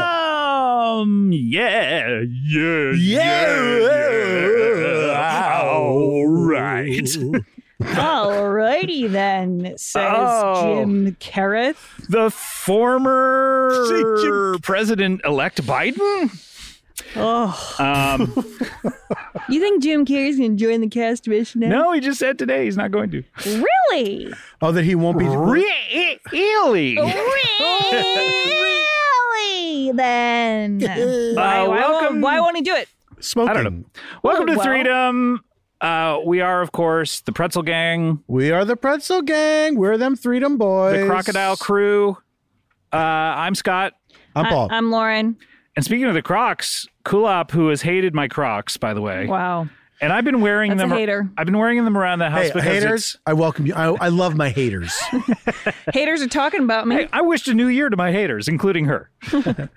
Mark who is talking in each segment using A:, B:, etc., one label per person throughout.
A: Um, yeah, yeah,
B: Yeah.
A: All right.
B: Alrighty then, says
A: Oh.
B: Jim Carrot.
A: The former president-elect Biden.
B: Oh,
A: Um,
B: you think Jim Carrot's gonna join the cast mission? now?
A: no, he just said today he's not going to.
B: really?
C: Oh, that he won't be.
A: Really?
B: Oh, really? Then why, why,
A: welcome-
B: won't, why won't he do it?
C: Smoking.
A: I don't know. Welcome
B: Oh,
A: to
B: well.
A: Freedom. Uh, we are, of course, the Pretzel Gang,
C: We are the pretzel gang. We're them freedom boys.
A: the Crocodile Crew. Uh, I'm Scott.
C: I'm Paul.
B: I, am Lauren.
A: And speaking of the Crocs, Kulop, who has hated my Crocs, by the way,
B: Wow.
A: and I've been wearing
B: That's a
A: them.
B: hater.
A: I've been wearing them around the house
C: hey,
A: because
C: haters, I welcome you. I, I love my haters.
B: Haters are talking about me.
A: it's- I wished a new year to my haters, including her. Um,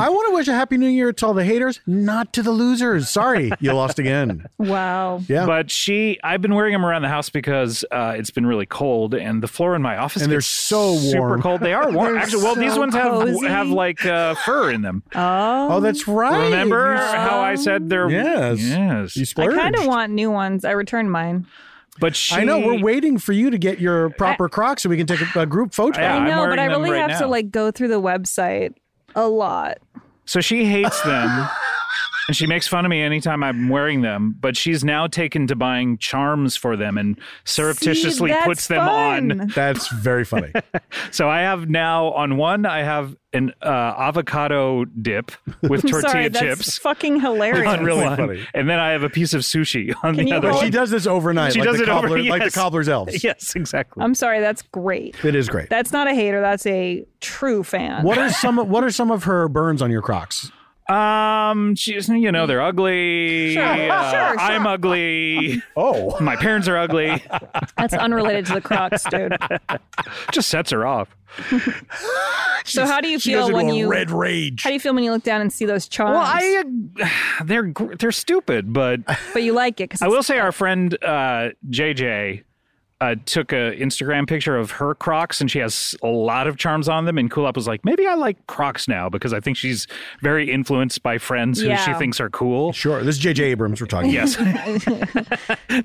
C: I want to wish a happy new year to all the haters, not to the losers. Sorry, you lost again.
B: Wow.
C: Yeah.
A: But she, I've been wearing them around the house because uh, it's been really cold, and the floor in my office
C: And they're
A: gets
C: so
A: super
C: warm.
A: cold. They are warm.
B: They're
A: Actually, well, these
B: so
A: ones have
B: cozy.
A: have like uh, fur in them.
B: Oh.
C: oh, that's right.
A: Remember
C: You-
A: how I said they're
C: Yes.
A: yes.
C: You
B: I
C: splurged.
B: kind of want new ones. I returned mine.
A: But she,
C: I know. We're waiting for you to get your proper Crocs so we can take a, a group photo.
A: Yeah, I'm
B: I know, but
A: wearing
B: I
A: them
B: really
A: right
B: have to
A: now.
B: like go through the website a lot.
A: So she hates them. And she makes fun of me anytime I'm wearing them, but she's now taken to buying charms for them and surreptitiously
B: See, that's
A: puts them on.
B: fun.
C: That's very funny.
A: So I have now on one I have an uh, avocado dip with
B: I'm
A: tortilla
B: sorry, That's
A: chips
B: fucking hilarious.
A: on really
C: That's funny.
A: and then I have a piece of sushi on
B: Can
A: the
B: you
A: other.
C: But
B: roll
C: she
A: one.
C: does this overnight.
A: She
C: like
A: does
C: the
A: it over-
C: cobbler, like the
A: yes.
C: cobbler's elves.
A: Yes, exactly.
B: I'm sorry, that's great.
C: It is great.
B: That's not a hater. That's a true fan.
C: What are some? What are some of her burns on your Crocs?
A: um, she's you know they're ugly.
B: Sure,
A: uh,
B: sure, sure.
A: I'm ugly.
C: Oh,
A: My parents are ugly.
B: That's unrelated to the Crocs, dude.
A: Just sets her off.
B: So how do you
C: she
B: feel
C: goes
B: when
C: into a
B: you?
C: red rage.
B: How do you feel when you look down and see those charms?
A: Well, I uh, they're gr- they're stupid, but
C: uh,
B: but you like it because
A: I will say our friend uh, JJ uh, took a Instagram picture of her Crocs, and she has a lot of charms on them. And Kulop was like, maybe I like Crocs now because I think she's very influenced by friends who she
B: Yeah.
A: thinks are cool.
C: Sure, this is J.J. Abrams we're talking.
A: Yes,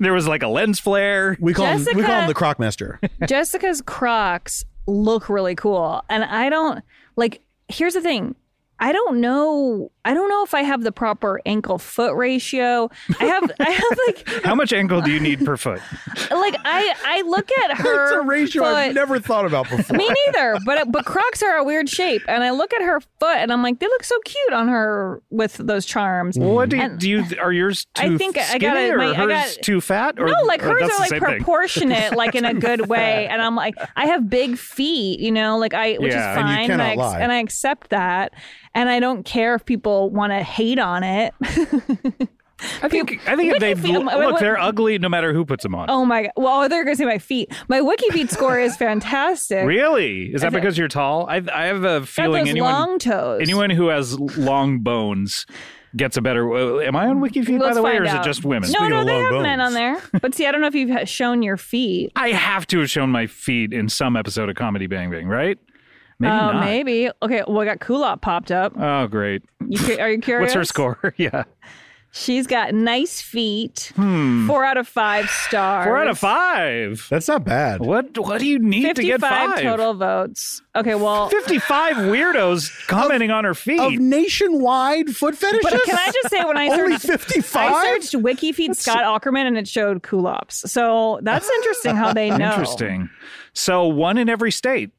A: there was like a lens flare.
C: about. we call him, we call
B: Jessica-
C: him the Croc Master.
B: Jessica's Crocs look really cool, and I don't like. Here's the thing. I don't know. I don't know if I have the proper ankle foot ratio. I have. I have like
A: How much ankle do you need per foot?
B: like I I look at her.
C: it's a ratio I've
B: foot-
C: never thought about before.
B: Me neither. But but Crocs are a weird shape, and I look at her foot, and I'm like, they look so cute on her with those charms.
A: What do you,
B: And-
A: do you are yours
B: I
A: too
B: think I
A: skinny
B: gotta-
A: or
B: my- I
A: hers
B: got-
A: too fat? Or,
B: no, like
A: or
B: hers
A: that's
B: are
A: the
B: like
A: same thing?
B: proportionate, like in a good way. And I'm like, I have big feet, you know, like I, which
A: Yeah,
B: is
C: and you
B: fine,
C: cannot
B: I
C: lie.
B: and I accept that, and I don't care if people want to hate on it.
A: I think I think if
B: Wiki
A: they
B: feet-
A: look,
B: wait, wait.
A: they're ugly no matter who puts them on.
B: um, oh my god! Well, they're gonna say my feet. My Wiki Feet score is fantastic.
A: Really? Is that because you're tall? I I have a
B: Got
A: feeling
B: those
A: anyone
B: long toes.
A: anyone who has long bones gets a better. uh, Am I on Wikifeed by
B: Let's
A: the way, or
B: find
A: is it
B: out.
A: just women?
B: No,
C: Speaking
B: no,
C: of
B: they
C: long
B: have men
C: bones.
B: on there. But see, I don't know if you've ha- shown your feet.
A: I have to have shown my feet in some episode of Comedy Bang Bang, right? Maybe
B: oh,
A: not.
B: maybe. Okay, well, I got Kulop popped up.
A: Oh, great.
B: You, cu- are you curious?
A: What's her score? yeah.
B: She's got nice feet. Four out of five stars.
A: Hmm. Four out of five.
C: That's not bad.
A: What what do you need to get
B: 55
A: five?
B: total votes. Okay, well,
A: 55 weirdos commenting on her feet.
C: Of nationwide foot fetishes?
B: but can I just say when I
C: Only
B: searched,
C: 55?
B: I searched Wiki feed Scott Ackerman and it showed culops. So that's interesting how they know.
A: Interesting. So one in every state,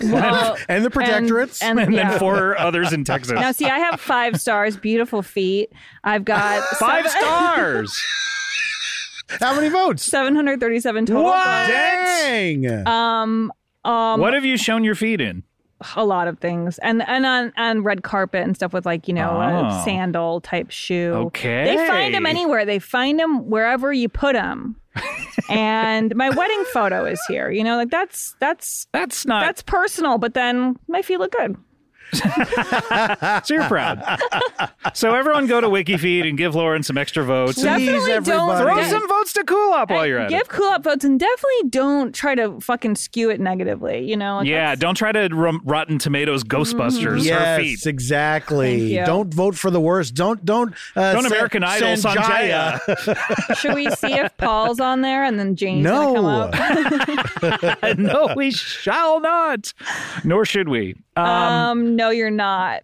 B: Well,
C: and the protectorates.
B: and,
A: and
B: yeah.
A: then four others in Texas.
B: Now, see, I have five stars, beautiful feet. I've got
A: Five
B: seven-
A: stars.
C: How many votes?
B: 737 total. votes.
C: Dang.
B: um,
A: what have you shown your feet in?
B: a lot of things and and on on red carpet and stuff with like you know
A: Oh.
B: a sandal type shoe
A: Okay.
B: they find them anywhere they find them wherever you put them and my wedding photo is here you know like that's that's
A: That's not.
B: that's personal but then my feet look good
A: so you're proud. so everyone go to WikiFeed and give Lauren some extra votes.
C: Please,
B: definitely
C: everybody.
B: don't
A: Throw
C: Yeah.
A: some votes to cool up while you're at
B: give
A: it.
B: cool up votes and definitely don't try to fucking skew it negatively you know like
A: Yeah,
B: that's-
A: don't try to rum- Rotten Tomatoes Ghostbusters
C: Mm, yes,
A: her feet.
C: exactly.
B: Thank you.
C: Don't vote for the worst. Don't don't uh,
A: Don't
C: se-
A: American Idol
C: send Jaya.
A: Sanjaya.
B: should we see if paul's on there and then jane's gonna come
C: No.
B: up
A: no, we shall not. Nor should we. Uh,
B: um no you're not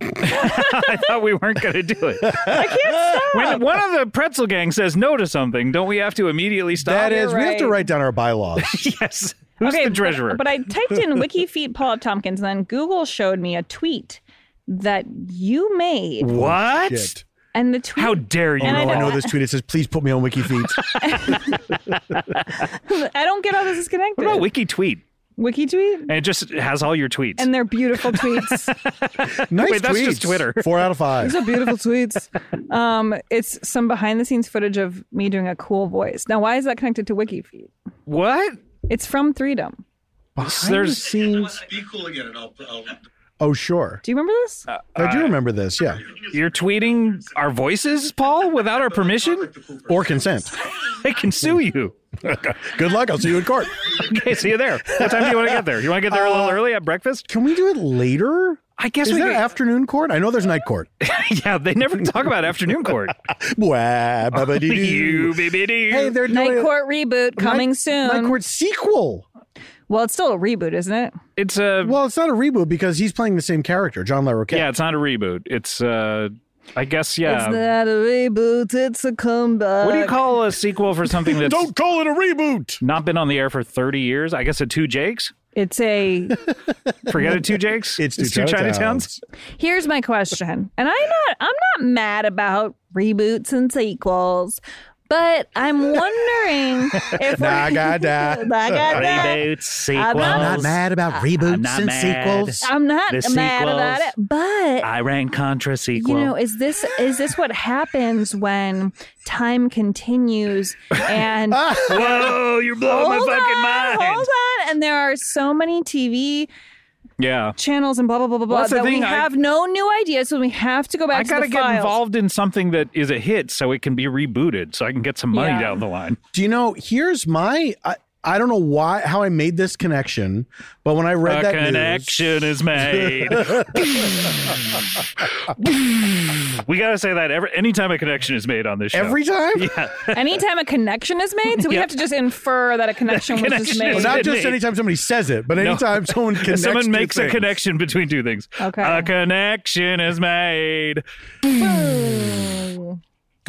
A: I thought we weren't going to do it. I can't stop. When one of the pretzel gang says no to something, don't we have to immediately stop?
C: That
B: You're
C: is, we have to
B: right.
C: write down our bylaws.
A: yes. Who's the
B: but-
A: treasurer?
B: But, I typed in Wiki feet Paula Tompkins, and then Google showed me a tweet that you made,
A: what?
C: Shit.
B: and the tweet
A: How dare you?
B: And
C: Oh,
B: I
C: I
B: know.
C: know this tweet. It says, "Please put me on Wiki feet."
B: I don't get how this is connected.
A: What about Wiki Tweet?
B: Wiki tweet,
A: And it just has all your tweets.
B: and they're beautiful tweets.
C: nice
A: Wait, that's just
C: tweets.
A: Twitter.
C: Four out of five.
B: These are beautiful tweets. Um, it's some behind the scenes footage of me doing a cool voice. Now, why is that connected to Wiki feet?
A: what?
B: It's from Freedom.
A: There's
C: scenes.
D: Be cool again, and I'll, I'll
C: Oh, sure.
B: Do you remember this?
A: Uh,
C: I do remember this. Yeah,
A: you're tweeting our voices, Paul, without our permission.
C: or consent.
A: They can sue you.
C: Good luck. I'll see you in court.
A: Okay, see you there. What time do you want to get there? You want to get there a little early at breakfast?
C: Can we do it later?
A: I guess
C: Is
A: we.
C: there
A: could-
C: afternoon court? I know there's night court.
A: yeah, they never talk about afternoon court.
C: Wah, ba-ba-dee-doo.
A: you, baby. do.
C: Hey, they're doing
B: Night
C: a-
B: Court reboot coming
C: Night-
B: soon.
C: Night court sequel.
B: Well, it's still a reboot, isn't it?
A: it's a
C: Well, it's not a reboot because he's playing the same character, John LaRoquette.
A: yeah. It's not a reboot. It's uh, I guess
B: It's uh,
A: yeah.
B: not a reboot. It's a comeback.
A: what do you call a sequel for something that's
C: Don't call it a reboot.
A: not been on the air for thirty years? I guess a two Jakes.
B: It's a
A: Forget a two Jakes.
C: It's two Chinatowns.
B: Here's my question. And I'm not I'm not mad about reboots and sequels, but I'm wondering if we're-
C: Nagada.
B: Nah, God, nah.
A: Reboots,
B: I'm
A: sequels.
B: not-
C: I'm not mad about reboots
A: not
C: and
A: mad.
C: sequels.
B: I'm not
A: The
B: mad about it,
A: sequels.
B: but
A: Iran Contra
B: you
A: sequel.
B: know, is this is this what happens when time continues and
A: Whoa, you're blowing
B: hold
A: Ah, my fucking
B: on,
A: mind.
B: hold on, and there are so many TV
A: Yeah.
B: channels and blah blah blah blah
A: Well,
B: blah
A: that's the
B: that we
A: thing, I-
B: have no new ideas, so we have to go back
A: I
B: to
A: got to
B: the
A: get
B: files.
A: involved in something that is a hit so it can be rebooted so I can get some money
B: Yeah.
A: down the line.
C: Do you know? Here's my. I, I don't know why how I made this connection, but when I read
A: a
C: that
A: connection is made. we got to say that every anytime a connection is made on this show.
C: news, every time,
B: Anytime a connection is made, so we have to just infer that a connection, was just
A: connection
B: made.
A: is
C: not
A: made.
C: just anytime somebody says it, but anytime someone
A: If
C: connects
A: someone
C: two
A: makes a
C: things.
A: connection between two things.
B: Okay.
A: A connection is made. Go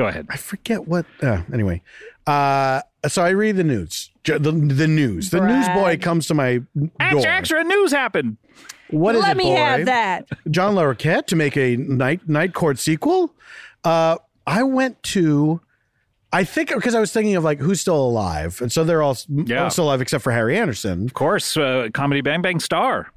A: ahead.
C: I forget what. Uh, anyway, uh, so I read the news. Ju- The, the news. The
B: Brad.
C: newsboy comes to my door.
A: Extra, extra news happened.
C: What is
B: Let
C: it,
B: me
C: boy?
B: have that.
C: John Larroquette to make a night night court sequel. Uh, I went to, I think because I was thinking of like who's still alive, and so they're all s-
A: Yeah.
C: all still alive except for Harry Anderson,
A: Of course, uh, comedy Bang Bang star.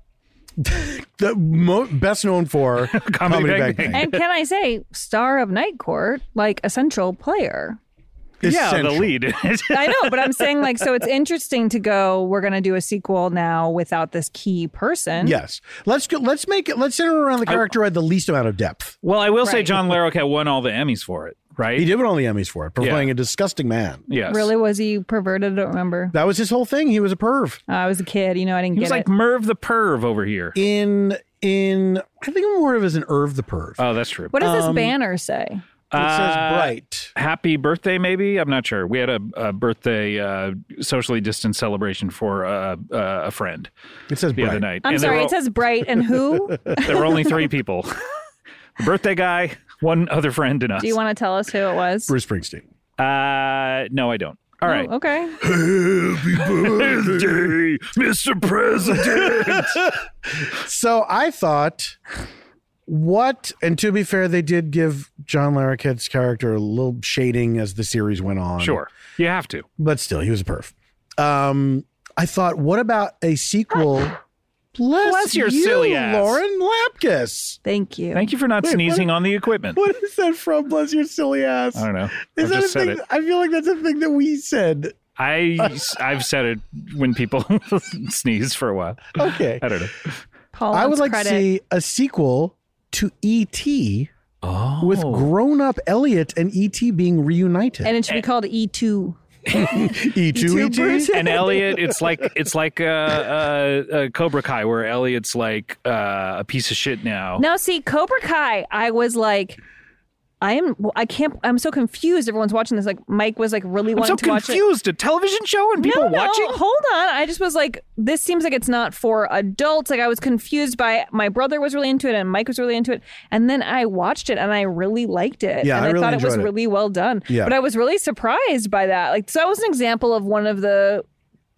C: the mo- best known for Comedy,
A: Bang
C: Bang
A: Bang.
C: Bang.
B: And can I say, star of Night Court, like essential player?
A: Yeah, the
C: Essential.
A: lead.
B: I know, but I'm saying like, so it's interesting to go. We're gonna do a sequel now without this key person.
C: Yes, let's go, let's make it. Let's center around the character at the least amount of depth.
A: well, I will say
B: Right.
A: John Larroquette won all the Emmys for it, right?
C: He did win all the Emmys for it, for
A: Yeah.
C: playing a disgusting man.
A: Yes.
B: Really, was he perverted? I don't remember.
C: That was his whole thing. He was a perv
B: Uh, I was a kid, you know. I didn't
A: He
B: get
A: was like
B: it.
A: Merv the Perv over here.
C: in in, I think I'm more of as an Irv the Perv.
A: Oh, that's true.
B: What does
C: um,
B: this banner say?
C: it says
A: Uh,
C: bright.
A: Happy birthday, maybe? I'm not sure. We had a, a birthday uh, socially distanced celebration for uh, uh, a friend
C: It says
A: the
C: bright.
A: other night.
B: I'm
A: And there
B: sorry,
A: were-
B: it says bright and who?
A: there were only three people the birthday guy, one other friend, and us.
B: Do you want to tell us who it was?
C: Bruce Springsteen.
A: uh, no, I don't. All right.
B: Oh, okay.
A: Birthday, Mr. President.
C: So I thought, what? And to be fair, they did give John Larroquette's character a little shading as the series went on.
A: sure. You have to.
C: but still, he was a perf. Um, I thought, what about a sequel? Bless,
A: Bless your silly ass.
C: Lauren Lapkus.
B: Thank you.
A: Thank you for not
C: Wait, what-
A: sneezing on the equipment.
C: What is that from? Bless your silly ass.
A: I don't know.
C: Is
A: I've
C: that a
A: just said
C: thing?
A: it.
C: I feel like that's a thing that we said.
A: I, I've said it when people sneeze for a while.
C: Okay.
A: I don't know.
B: Paul
C: I would
B: wants
C: like
B: credit.
C: to see a sequel to E E.T.
A: Oh.
C: with grown up Elliot and E.T. being reunited.
B: And E it should be called E E2.
A: E
C: E2
B: Bruce.
A: and Elliot, it's like it's like uh, uh, uh, Cobra Kai, where Elliot's like uh, a piece of shit
C: Oh.
A: now.
B: Now, see, Cobra Kai, I was like, I am, well, I can't, I'm so confused. Everyone's watching this. Like, Mike was like really
A: I'm
B: wanting
A: so
B: to watch it.
A: confused. A television show and people
B: no, no,
A: watching.
B: Hold on. I just was like, this seems like it's not for adults. Like I was confused by my brother was really into it and Mike was really into it. And then I watched it and I really liked it.
C: Yeah,
B: and
C: I
B: I,
C: really
B: thought it was
C: enjoyed it.
B: really well done.
C: Yeah.
B: But I was really surprised by that. Like so that was an example of one of the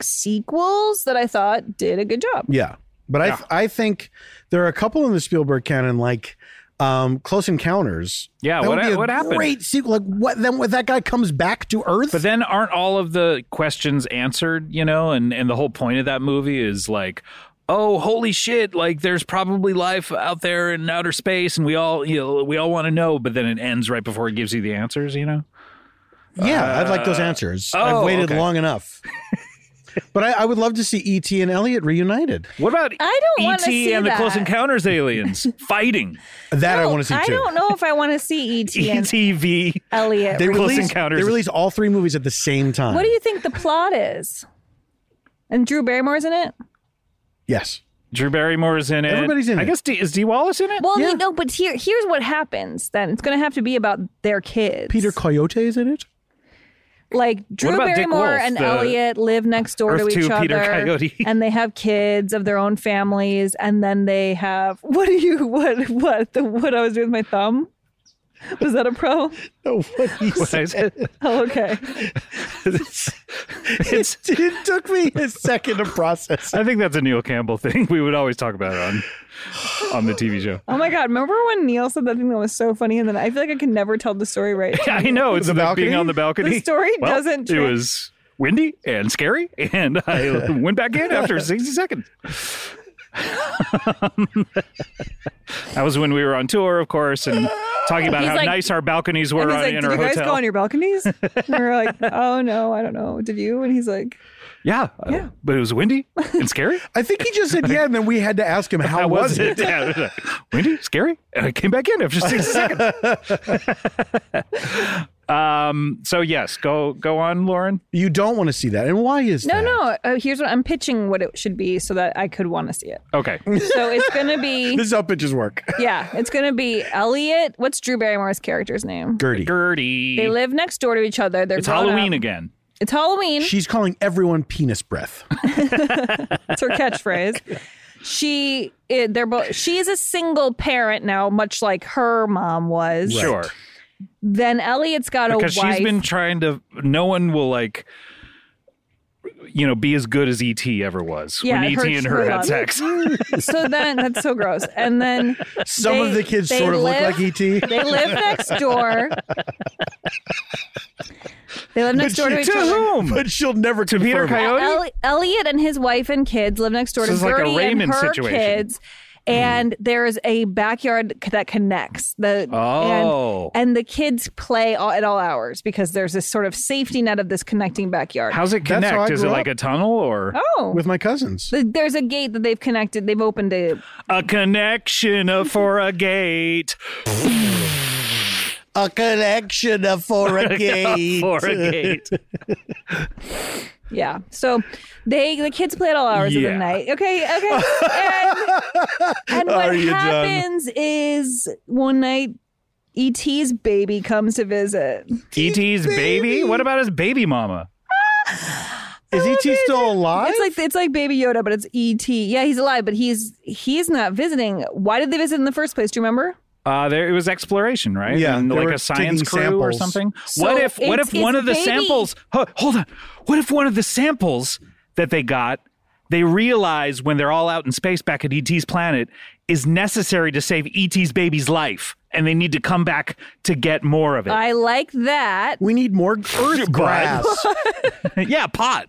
B: sequels that I thought did a good job.
C: Yeah. But I, I think there are a couple in the Spielberg canon, like um, Close Encounters.
A: Yeah,
C: That
A: what
C: would be
A: ha-
C: a
A: what happened?
C: Great sequel. Like what? Then when that guy comes back to Earth.
A: But then aren't all of the questions answered, you know? And and the whole point of that movie is like, oh, holy shit, like there's probably life out there in outer space and we all you know, we all want to know, but then it ends right before it gives you the answers, you know?
C: yeah, I'd like those answers. I've
A: oh,
C: waited
A: okay.
C: long enough. but I, I would love to see E.T. and Elliot reunited.
A: What about
B: I don't wanna
A: E.T.
B: see
A: and the Close
B: that.
A: Encounters aliens fighting? E
C: That I
B: No,
C: want to see too. E
B: I don't know if I want to see E.T. and
A: ETV.
B: Elliot.
C: They
A: Close
C: release,
A: Encounters.
C: They release all three movies at the same time.
B: what do you think the plot is? And Drew Barrymore's in it?
C: Yes.
A: Drew Barrymore's in it.
C: Everybody's in
A: I
C: it.
A: guess D, is D Wallace in it?
B: Well,
C: Yeah.
B: you know, but here, here's what happens. Then it's going to have to be about their kids.
C: Peter Coyote is in it.
B: like Drew
A: about Dick
B: Barrymore
A: Wolf,
B: and
A: the
B: Elliot live next door
A: Earth
B: to
A: Two
B: each other,
A: Peter Coyote?
B: and they have kids of their own families, and then they have what do you what what the what I was doing with my thumb. Was that a pro?
C: Oh, what he
A: What I said.
B: Oh, okay.
A: it's, it's-
C: it took me a second to process.
A: I think that's a Neil Campbell thing. We would always talk about it on on the TV show.
B: Oh my god! Remember when Neil said that thing that was so funny, and then I feel like I can never tell the story right.
A: Yeah, I know it's
C: The
A: about being
C: balcony?
A: on the balcony.
B: The story
A: Well,
B: doesn't
A: It
B: tra-
A: was windy and scary, and I went back in after sixty seconds. that was when we were on tour, of course, and talking about
B: He's
A: how
B: like-
A: nice our balconies
B: And
A: were
B: he's
A: on,
B: like,
A: in
B: "Did
A: our
B: you guys
A: hotel.
B: go on your balconies?" And we we're like, "Oh no, I don't know. Did you?" And he's like,
A: yeah, uh,
B: Yeah.
A: but it was windy and scary.
C: I think he just said yeah, and then we had to ask him how,
A: How was it? Yeah. Windy, scary. And I came back in after 60 seconds. um, so yes, go go on, Lauren.
C: You don't want to see that, and why is
B: No,
C: that?
B: no. Uh, here's what I'm pitching what it should be so that I could want to see it.
A: Okay.
B: So it's going to be,
C: This is how pitches work.
B: yeah, it's going to be Elliot. What's Drew Barrymore's character's name?
C: Gertie.
A: Gertie.
B: They live next door to each other. They're
A: it's
B: grown up.
A: Halloween again.
B: It's Halloween.
C: She's calling everyone penis breath.
B: That's her catchphrase. She, it, they're both. She is a single parent now, much like her mom was.
A: Sure.
B: Then Elliot's got
A: Because
B: a wife.
A: she's been trying to no one will like you know, be as good as ET ever was
B: Yeah,
A: when ET
B: it hurts
A: and her
B: her
A: had
B: love.
A: sex.
B: E so then that's so gross. And then
C: Some
B: They-
C: of the kids
B: they
C: sort of
B: live-
C: look like E E.T.
B: They live next door. They live next door to each
A: to
B: other.
A: whom?
C: But she'll never
A: to Peter
C: confirm it.
A: Coyote.
B: El- Elliot and his wife and kids live next door
A: This
B: to
A: is like a
B: Gertie
A: Raymond
B: and her
A: situation. Hmm.
B: kids. And there's a backyard c- that connects the
A: Oh.
B: and, and the kids play all, at all hours because there's this sort of safety net of this connecting backyard.
A: How's it
C: That's how
A: connect?
C: I
A: Is it
C: grew
A: like
C: up.
A: a tunnel or
B: oh,
C: with my cousins.
B: Th- there's a gate that they've connected. They've opened a
A: a connection uh, for a gate?
C: A connection for a gate. E
A: for a gate.
B: Yeah. So they the kids play at all hours of
A: Yeah.
B: the night. Okay. Okay. And, and
C: Are
B: what
C: you done?
B: happens is one night ET's baby comes to visit.
A: ET's E baby? What about his baby mama?
C: Is E.T. still alive?
B: Oh, It's like it's like Baby Yoda, but it's ET. Yeah, he's alive, but he's he's not visiting. Why did they visit in the first place? Do you remember?
A: Uh, there it was exploration, right?
C: Yeah,
A: and
C: they
A: like
C: were
A: a science
C: taking
A: crew or
C: samples.
A: something.
B: So
A: what if what
B: it's-
A: if one
B: it's
A: of the
B: baby.
A: samples? ho- Hold on. What if one of the samples that they got, they realize when they're all out in space back at ET's planet, is necessary to save ET's baby's life, and they need to come back to get more of it.
B: I like that.
C: we need more earth grass.
A: yeah, pot.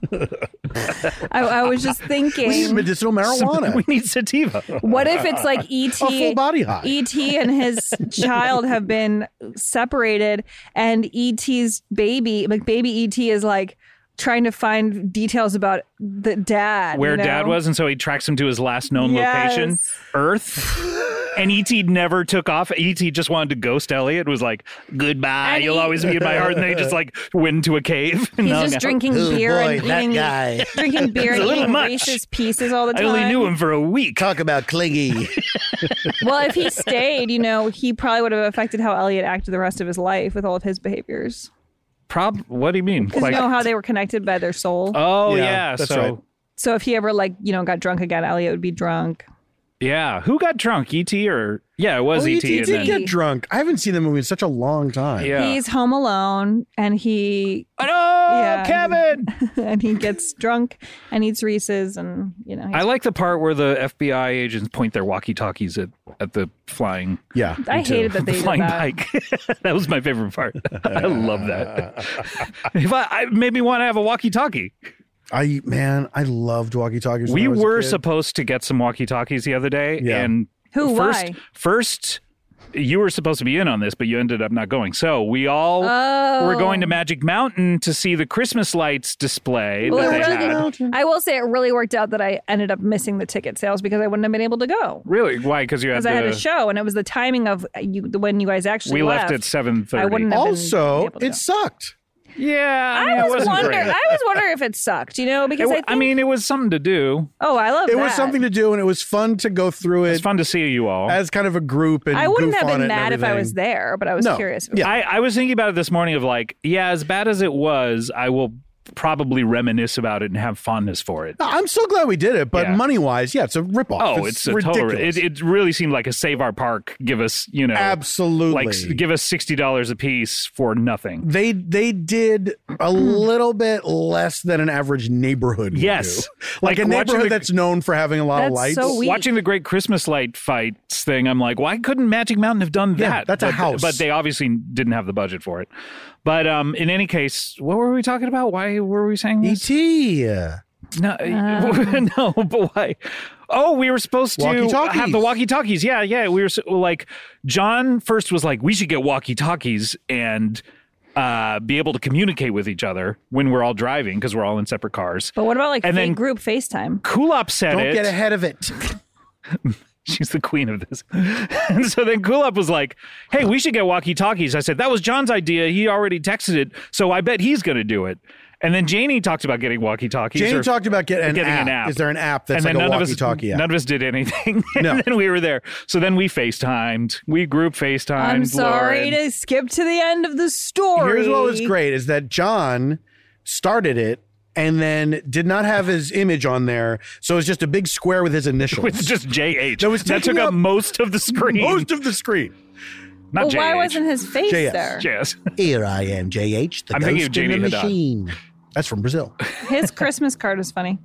B: I, I was just
C: we need
B: thinking,
C: medicinal marijuana.
A: we need sativa.
B: what if it's like E ET,
C: A full body high.
B: ET and his child have been separated, and ET's baby, like baby ET, is like trying to find details about the dad, you
A: where
B: know?
A: dad was, and so he tracks him to his last known location,
B: Yes.
A: Earth. and ET never took off. ET just wanted to ghost Elliot. Was like, goodbye,
B: And
A: you'll
B: he-
A: always be in my heart. And they just like went into a cave. and
B: He's
A: hung
B: just
A: out.
B: drinking beer and eating, drinking beer
A: It's a
B: and
A: little
B: eating
A: much.
B: Reese's pieces all the
A: I
B: time.
A: only knew him for a week.
C: Talk about clingy.
B: Well, if he stayed, you know, he probably would have affected how Elliot acted the rest of his life with all of his behaviors.
A: Prob? What do you mean?
B: Because you know how they were connected by their soul.
A: oh yeah,
C: Yeah, that's
A: so
C: right.
B: so if he ever like you know got drunk again, Elliot would be drunk.
A: yeah, who got drunk? ET or yeah, it was
C: Oh,
A: ET.
B: E
C: E.T.
A: and
C: did
A: then,
C: get drunk. I haven't seen the movie in such a long time.
A: yeah.
B: He's home alone and he
A: oh,
B: Yeah.
A: Kevin.
B: and he gets drunk and eats Reese's and you know.
A: I
B: he's-
A: like the part where the FBI agents point their walkie-talkies at at the flying
C: Yeah.
B: I,
C: me too.
B: hated that they did
A: flying
B: that.
A: bike. that was my favorite part. I love that. if I, I made me want to have a walkie-talkie.
C: I man, I loved walkie talkies.
A: we were
C: supposed.
A: supposed to get some walkie-talkies the other day,
C: Yeah.
A: and
B: Who,
A: First,
B: why?
A: first, you were supposed to be in on this, but you ended up not going. So we all were going to
B: Oh.
A: Magic Mountain to see the Christmas lights display.
B: Oh. Well,
A: that
B: it
A: they
B: really-
A: had.
B: I will say it really worked out that I ended up missing the ticket sales because I wouldn't have been able to go
A: Really? Why? Because you had
B: because
A: the.
B: I had a show and it was the timing of uh, you when you guys actually
A: we left
B: left
A: at seven
B: I wouldn't
A: thirty.
B: have been
C: Also,
B: able to
C: it
B: go.
C: sucked.
A: Yeah, I, mean,
B: I
A: it
B: was
A: wasn't
B: wonder.
A: great.
B: I was wondering if it sucked. You know,
A: It
B: because
A: wa-
B: I,
A: I,
B: think,
A: mean, it was something to do.
B: oh, I love
C: It
B: that.
C: was something to do, and it was fun to go through
A: It's
C: it
A: fun to see you all.
C: as kind of a group. And
B: I wouldn't
C: goof
B: have
C: on it
B: been
C: and
B: mad if I was
C: everything.
B: there, but I was
C: No.
B: curious.
C: Yeah.
A: I, I was thinking about it this morning of like, yeah, as bad as it was, I will probably reminisce about it and have fondness for it.
C: No, I'm so glad we did it, but
A: Yeah.
C: money wise, yeah, it's a ripoff.
A: Oh, it's, a
C: ridiculous.
A: total. It, it really seemed like a save our park. Give us, you know,
C: Absolutely.
A: like s- give us sixty dollars a piece for nothing.
C: they they did
B: Hmm.
C: a little bit less than an average neighborhood. would
A: Yes.
C: do. like,
A: Like watching
C: a neighborhood
A: the-
C: that's known for having a lot of lights.
B: That's so weird. Sweet.
A: Watching the Great Christmas Light fights thing, I'm like, why couldn't Magic Mountain have done that?
C: Yeah, that's a
A: but,
C: house.
A: But they obviously didn't have the budget for it. But um, in any case, what were we talking about? Why were we saying
C: E
A: this?
C: E.T. uh,
A: No, no, but why? Oh, we were supposed to
C: Walkie-talkies.
A: have the walkie-talkies. Yeah, yeah. We were s- like, John first was like, we should get walkie-talkies and uh, be able to communicate with each other when we're all driving because we're all in separate cars.
B: But what about like
A: And
B: and
A: then-
B: group FaceTime?
A: Kulop said
C: Don't
A: it.
C: get ahead of it.
A: She's the queen of this. and so then Kulop was like, hey, we should get walkie-talkies. I said, that was John's idea. He already texted it, so I bet he's going to do it. And then Janie talked about getting walkie-talkies.
C: Jane
A: or-
C: talked about get an
A: getting
C: app.
A: an app.
C: Is there an app
A: and
C: that's like
A: then
C: a
A: none of us,
C: walkie-talkie app?
A: none of us did anything. and
C: No.
A: then we were there. So then we FaceTimed. We group FaceTimed.
B: I'm
A: Lauren.
B: sorry to skip to the end of the story.
C: Here's what was great is that John started it and then did not have his image on there, so it's just a big square with his initials.
A: It's just JH.
C: That was
A: that took
C: taking
A: up
C: up
A: most of the screen.
C: most of the screen.
A: Not
B: Well,
A: JH.
B: why wasn't his face
C: JS.
B: there?
A: Yes.
C: Here I am, JH, the
A: I'm thinking of JD Haddad.
C: That's from Brazil.
B: His Christmas card was funny.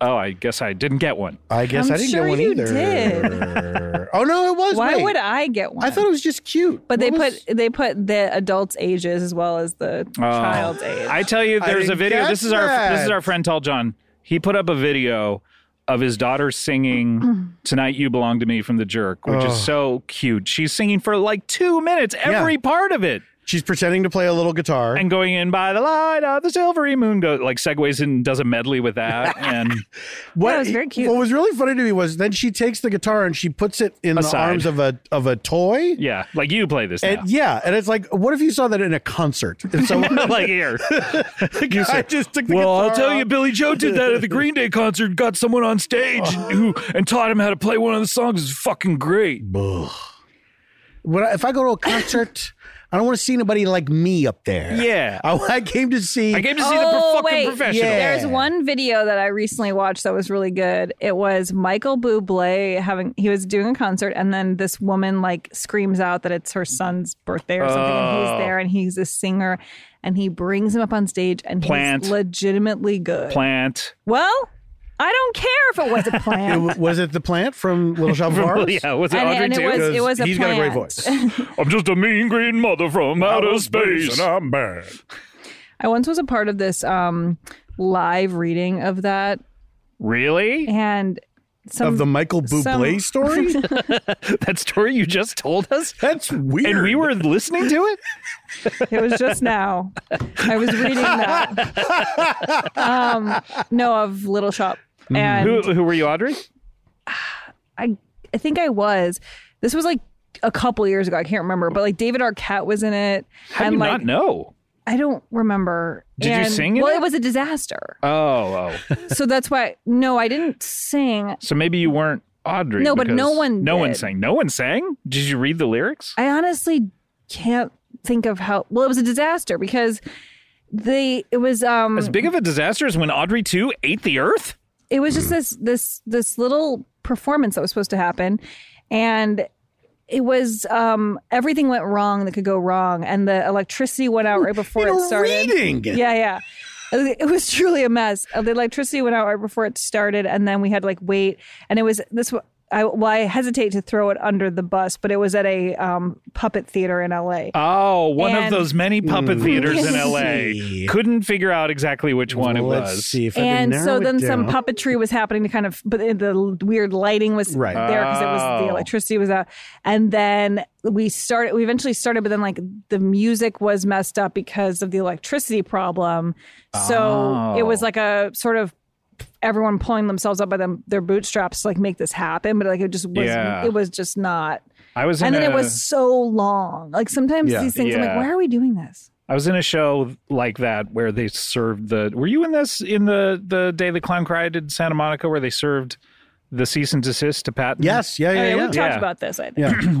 A: Oh, I guess I didn't get one.
C: I guess
B: I'm
C: I didn't
B: sure
C: get one
B: you
C: either.
B: did.
C: oh no, it was.
B: Why
C: me.
B: would I get one?
C: I thought it was just cute.
B: But they
C: What was- Oh,
B: put they put the adults' ages as well as the child's age.
A: I tell you,
C: I
A: there's a
C: didn't
A: video.
C: get
A: This is our this is
C: that.
A: our friend Tall John. He put up a video of his daughter singing "Tonight You
C: Oh.
A: Belong to Me" from The Jerk, which is so cute. She's singing for like two minutes, every part of it.
C: She's pretending to play a little guitar.
A: and going in by the light of the silvery moon go like segues and does a medley with that and
C: what,
B: was very cute.
C: What was really funny to me was then she takes the guitar and she puts it in the
A: Aside.
C: arms of a of a toy.
A: yeah like you play this
C: And yeah, and it's like, what if you saw that in a concert? If someone
A: now. like here
C: you I just took the
A: well i'll
C: guitar
A: tell you
C: out.
A: billy joe did that at the green day concert got someone on stage
C: Oh.
A: who and taught him how to play one of the songs It's fucking great
C: When I- if I go to a concert, I don't want to see anybody like me up there.
A: Yeah.
C: I, I came to see.
A: i came to see
B: oh,
A: the pro- fucking
B: wait.
A: professional
C: Yeah.
B: There's one video that I recently watched that was really good. It was Michael Bublé having he was doing a concert and then this woman like screams out that it's her son's birthday or something and
C: Oh.
B: he's there and he's a singer and he brings him up on stage and
A: Plant.
B: he's legitimately good.
A: plant
B: Well, I don't care if it was a
C: It
B: plant.
C: w- was it the plant from Little Shop of Horrors?
A: yeah was it
B: And,
A: audrey
B: and it
A: too
B: was it was a
C: He's got a
B: plant.
C: great voice.
A: i'm just a mean green mother from outer space
E: I'm bad.
B: I once was a part of this um live reading of that
A: really
B: and some
C: of the Michael Bublé
B: some-
C: story.
A: that story you just told us
C: That's weird.
A: and we were listening to it
B: It was just now. I was reading that. Um, no, of Little Shop.
A: Mm-hmm.
B: And
A: who, who were you audrey
B: I, I think I was. This was like a couple years ago. I can't remember, but like David Arquette was in it.
A: how do
B: and
A: you
B: like
A: not know
B: I don't remember.
A: Did you
B: And-
A: sing in
B: Well,
A: it?
B: it was a disaster.
A: Oh, oh.
B: so that's why. No, I didn't sing.
A: So maybe you weren't Audrey.
B: No, but
A: because
B: no one
A: No one
B: did.
A: sang. No one sang. Did you read the lyrics?
B: I honestly can't think of how. Well, it was a disaster because they. It was um.
A: As big of a disaster as when Audrey two ate the Earth.
B: it was just this this this little performance that was supposed to happen and it was um everything went wrong that could go wrong and the electricity went out right before
C: You
B: it
C: were
B: started
C: reading.
B: yeah yeah It was- it was truly a mess Uh, the electricity went out right before it started and then we had to, like wait and it was this wa- I, well, I hesitate to throw it under the bus, but it was at a um, puppet theater in LA.
A: Oh, one of
B: And-
A: those many puppet theaters in L.A.
C: see.
A: Mm. Couldn't figure out exactly which one it
C: Let's
A: was.
C: see if I can
B: and
C: narrow
B: so
C: it
B: then some
C: down.
B: puppetry was happening to kind of but the weird lighting was
C: Right.
B: there because it was
A: Oh.
B: the electricity was out and then we started we eventually started but then like the music was messed up because of the electricity problem so it was
A: Oh.
B: like a sort of everyone pulling themselves up by them their bootstraps to like make this happen but like it just was
A: Yeah.
B: it was just not
A: I was,
B: and
A: in
B: then
A: a,
B: it was so long like sometimes
C: Yeah.
B: these things i'm like
A: Yeah.
B: why are we doing this
A: I was in a show like that where they served the. Were you in this in the the day the clown cried in Santa Monica where they served the cease and desist to Patton?
C: Yes. Yeah.
B: I mean,
C: Yeah.
B: Oh, we
C: Yeah.
B: talked
A: Yeah.
B: about this i think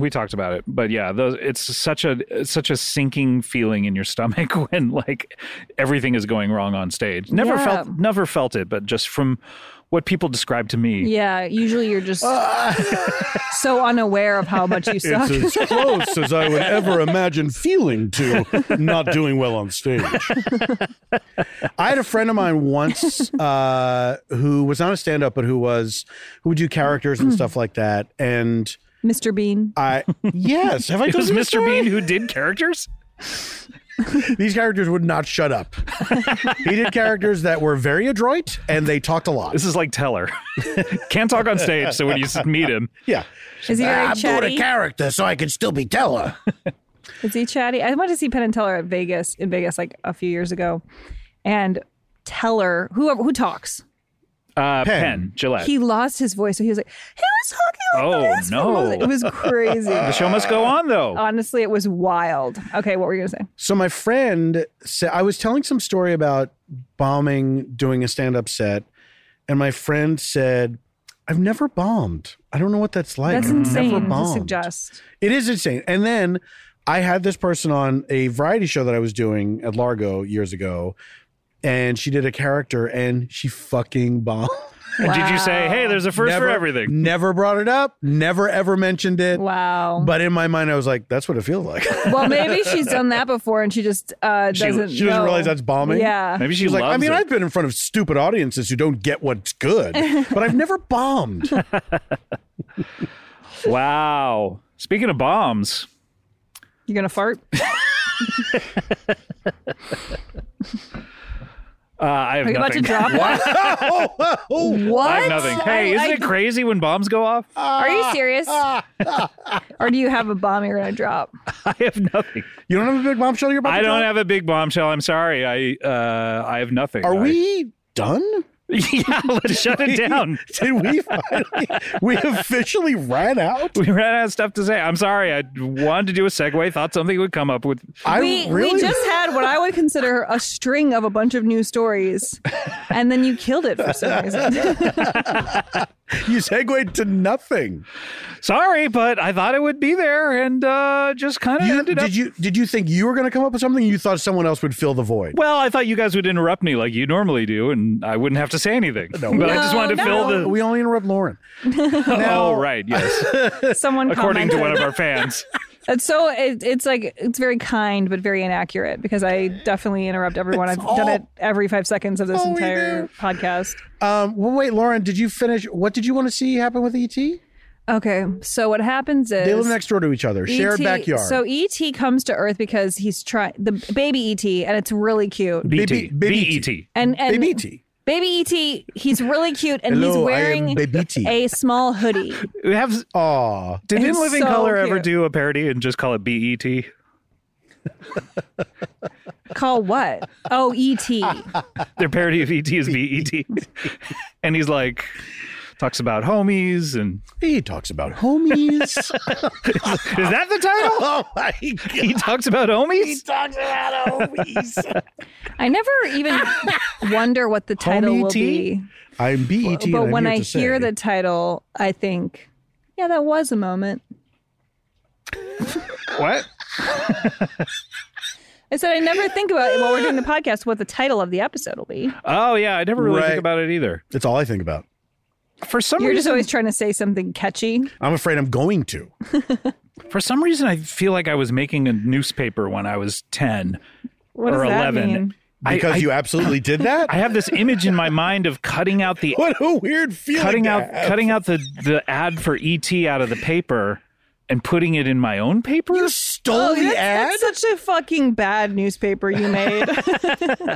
A: we talked about it, but yeah, those it's such a it's such a sinking feeling in your stomach when like everything is going wrong on stage. Never
B: Yeah.
A: felt never felt it, but just from what people describe to me.
B: Yeah, usually you're just so unaware of how much you suck.
C: It's as close as I would ever imagine feeling to not doing well on stage. I had a friend of mine once uh, who was not a stand up, but who was, who would do characters and stuff like that. And
B: Mr. Bean.
C: I, yes, have I
A: It
C: told
A: was
C: you this
A: Mr.
C: story?
A: Bean who did characters?
C: These characters would not shut up. he did characters that were very adroit and they talked a lot.
A: This is like Teller. Can't talk on stage, so when you s- meet him,
C: Yeah.
B: Is he very
C: I'm doing
B: chatty?
C: a character so I can still be Teller.
B: Is he chatty? I went to see Penn and Teller at Vegas in Vegas like a few years ago. And Teller, whoever who talks,
A: uh,
C: Penn.
A: Penn. Gillette.
B: he lost his voice. So he was like, he was talking like
A: Oh,
B: this. for
A: no.
B: most of It It was
A: the
B: crazy.
A: show must go on though.
B: Honestly, it was wild. Okay, what were you gonna say?
C: So my friend said I was telling some story about bombing doing a stand-up set, and my friend said, "I've never bombed. I don't know what that's like.
B: That's
C: I've Never
B: insane to
C: bombed.
B: suggest.
C: It is insane." And then I had this person on a variety show that I was doing at Largo years ago, and she did a character, and she fucking bombed.
A: And Did you say,
B: Wow.
A: "Hey, there's a first
C: never,
A: for everything"?
C: Never brought it up. Never ever mentioned it.
B: Wow.
C: But in my mind, I was like, "That's what it feels like."
B: well, maybe she's done that before and she just uh, doesn't
C: she doesn't
B: know.
C: realize that's bombing?
B: Yeah.
A: Maybe she
C: She's like,
A: loves
C: I mean,
A: it.
C: I've been in front of stupid audiences who don't get what's good, but I've never bombed.
A: Wow. Speaking of bombs,
B: You're gonna fart?
A: Uh, I have
B: Are you about to
A: nothing.
B: drop? what?
A: I have nothing. Hey,
B: I-
A: isn't
B: I-
A: it crazy when bombs go off?
B: Are you serious? or do you have a bomb you're gonna drop?
A: I have nothing.
C: You don't have a big bombshell you're about
A: I
C: to
A: don't
C: drop?
A: have a big bombshell. I'm sorry. I uh, I have nothing.
C: Are
A: I-
C: we done?
A: yeah, let's shut it down.
C: Did we finally? we officially ran out.
A: We ran out of stuff to say. I'm sorry. I wanted to do a segue. Thought something would come up with.
C: I
B: we
C: really.
B: we just had what I would consider a string of a bunch of new stories, and then you killed it for some reason.
C: you segued to nothing.
A: Sorry, but I thought it would be there, and uh, just kind of
C: You,
A: ended
C: did
A: up.
C: you did you think you were going to come up with something? You thought someone else would fill the void.
A: well, I thought you guys would interrupt me like you normally do, and I wouldn't have to say anything.
C: No.
A: but I just
B: No,
A: wanted to fill
B: no.
A: the.
C: we only interrupt Lauren.
A: oh, right. Yes.
B: Someone
A: According to
B: commented.
A: one of our fans.
B: It's so it, it's like it's very kind but very inaccurate because I definitely interrupt everyone. I've done
C: all-
B: it every five seconds of this
C: all we
B: entire
C: do.
B: podcast.
C: Um, well, wait, Lauren, did you finish? What did you want to see happen with ET?
B: Okay, so what happens is
C: They live next door to each other, shared
B: ET
C: backyard.
B: E So ET comes to Earth because he's trying the baby ET, and it's really cute.
A: BT.
C: Baby-
A: BET.
B: And and
C: baby ET.
B: baby ET, he's really cute, and he's
C: Hello, I am
B: wearing
C: baby E ET.
B: a small hoodie.
A: We have.
C: Aw,
A: Did In
B: It's
A: Living
B: so
A: Color ever
B: cute.
A: do a parody and just call it E BET?
B: Call what? Oh, ET.
A: Their parody of ET is BET. and he's like, talks about homies and.
C: he talks about homies.
A: Is that the title?
C: oh my god,
A: He talks about homies?
C: talks about homies.
B: I never even wonder what the title
A: Homie
C: E
B: will
A: T?
B: be.
C: I'm BET, E and
B: but
C: I'm
B: when
C: here
B: I
C: to say-
B: hear the title, I think, yeah, that was a moment.
A: What?
B: I said I never think about it while we're doing the podcast what the title of the episode will be.
A: Oh, yeah. I never really
C: Right.
A: think about it either.
C: it's all I think about.
A: For some
B: You're just
A: reason,
B: always trying to say something catchy.
C: I'm afraid I'm going to.
A: for some reason, I feel like I was making a newspaper when I was 10
B: What does
A: or
B: that
A: 11.
B: mean?
A: I-
C: because
A: I,
C: you absolutely did that.
A: I have this image in my mind of cutting out the
C: what a weird feeling.
A: cutting
C: to
A: out
C: have.
A: cutting out the the ad for ET out of the paper and putting it in my own paper.
C: You stole the ad,
B: Oh, that's, such a fucking bad newspaper you made.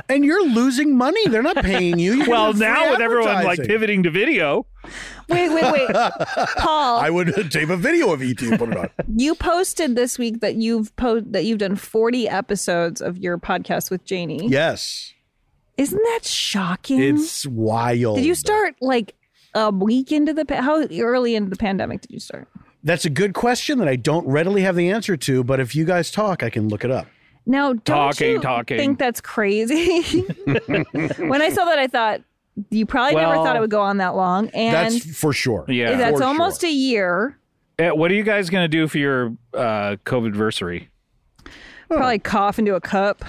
C: and you're losing money. They're not paying you. You're
A: well,
C: getting free
A: now with everyone like
C: advertising.
A: pivoting to video,
B: wait, wait, wait. Paul,
C: I would tape a video of ET and put it on.
B: you posted this week that you've po- that you've done 40 episodes of your podcast with Janie.
C: yes,
B: Isn't that shocking?
C: it's wild.
B: Mm-hmm. Did you start like a week into the pa- how early into the pandemic did you start?
C: That's a good question that I don't readily have the answer to. But if you guys talk, I can look it up.
B: Now, don't
A: Talking,
B: you
A: talking.
B: think that's crazy? when I saw that, I thought you probably never
A: Well,
B: thought it would go on that long, and
C: That's for sure.
A: yeah.
B: that's
C: for
B: almost
C: sure.
B: a year.
A: Eh, what are you guys gonna do for your uh, COVID anniversary?
B: Probably cough into a cup.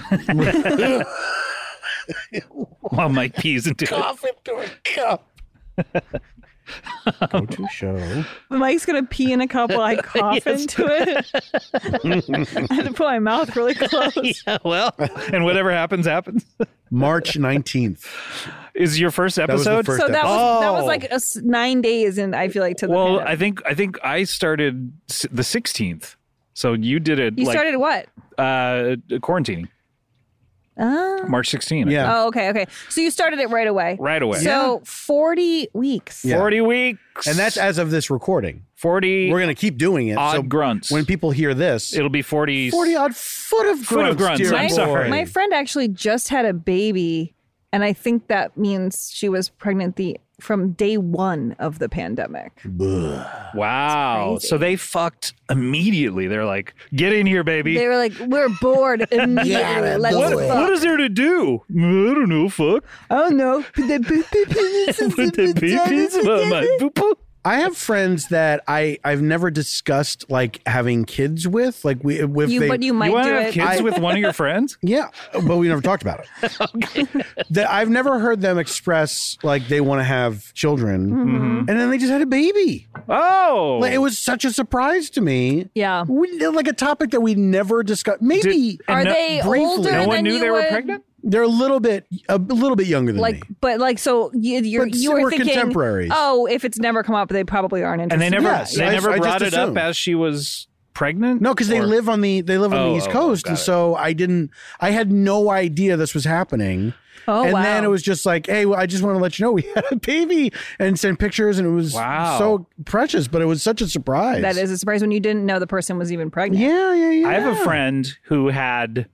A: While Mike pees into it.
C: Go to show.
B: Mike's gonna pee in a cup while I cough into it. I had to put my mouth really close.
A: well, and whatever happens, happens.
C: March nineteenth.
A: Is your first
C: was the
A: episode?
C: first
B: So that was that was
C: Oh.
B: like a s- nine days, and I feel like to the
A: well,
B: pandemic.
A: I think I think I started s- the 16th. So you did it
B: you
A: like
B: started what?
A: uh, quarantining
B: Uh,
A: March 16th. I
C: Yeah.
B: oh, okay, okay. So you started it right away.
A: think. Right away.
B: So forty weeks.
C: Yeah.
A: 40 weeks.
C: And that's as of this recording.
A: 40
C: We're going to keep doing it.
A: odd
C: so
A: grunts.
C: when people hear this,
A: It'll be 40.
C: 40 odd foot of grunts.
A: Foot of grunts,
C: dear
A: I'm
B: my,
C: boy.
A: sorry.
B: my friend actually just had a baby, and I think that means she was pregnant the from day one of the pandemic.
A: Wow.
B: It's crazy.
A: So they fucked immediately. They're like, get in here, baby.
B: They were like, "We're bored immediately. Let's
A: what,
B: fuck."
A: what is there to do? I don't know. Fuck.
B: I don't know. Put the boop, boop,
A: Put the babies on my poo-poo.
C: I have friends that I, I've never discussed like having kids with. Like we, if
B: You,
C: they,
B: but you might
A: You want
B: do
A: to have
B: it.
A: kids with one of your friends?
C: yeah, but we never talked about it. That I've never heard them express like they want to have children,
A: Mm-hmm.
C: and then they just had a baby.
A: Oh.
C: Like, it was such a surprise to me.
B: Yeah.
C: We, like a topic that we never discussed. Maybe
B: Are
A: no-
B: they
C: briefly.
B: older?
C: No
A: no one
B: than
A: knew
B: you
A: they were
B: would-
A: pregnant?
C: they're a little bit a little bit younger than me.
B: Like, but like, so you, you're,
C: But
B: you
C: we're
B: were thinking,
C: contemporaries.
B: oh, if it's never come up, they probably aren't
A: And
B: interested.
A: they never
C: Yes,
A: they
C: I-
A: never
C: I just
A: brought it
C: assumed.
A: up as she was pregnant?
C: No, because they
A: Or-
C: live on the they live on
A: Oh,
C: the East
A: oh, oh,
C: Coast,
A: got
C: and
A: it.
C: so I didn't. I had no idea this was happening.
B: Oh,
C: and
B: wow.
C: then it was just like, hey, well, I just want to let you know we had a baby, and send pictures, and it was
A: Wow.
C: so precious, but it was such a surprise.
B: That is a surprise when you didn't know the person was even pregnant.
C: yeah, yeah, yeah.
A: I have a friend who had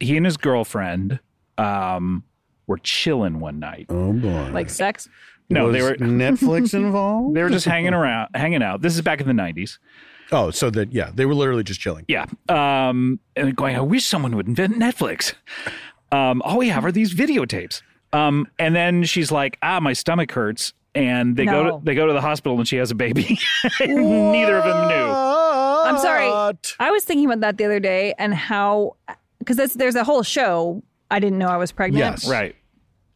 A: he and his girlfriend um were chilling one night.
C: oh boy,
B: Like sex.
A: No,
C: Was
A: they were
C: Netflix involved.
A: they were just hanging around, hanging out. This is back in the 90s.
C: oh, so that yeah, they were literally just chilling.
A: Yeah. Um, and going, I wish someone would invent Netflix. Um, all we have are these videotapes. Um, and then she's like, ah, my stomach hurts. And they go
B: No.
A: to they go to the hospital and she has a baby. Neither of them knew.
B: I'm sorry.
C: What?
B: I was thinking about that the other day and how, because there's a whole show. I didn't know I was pregnant.
C: Yes.
A: Right.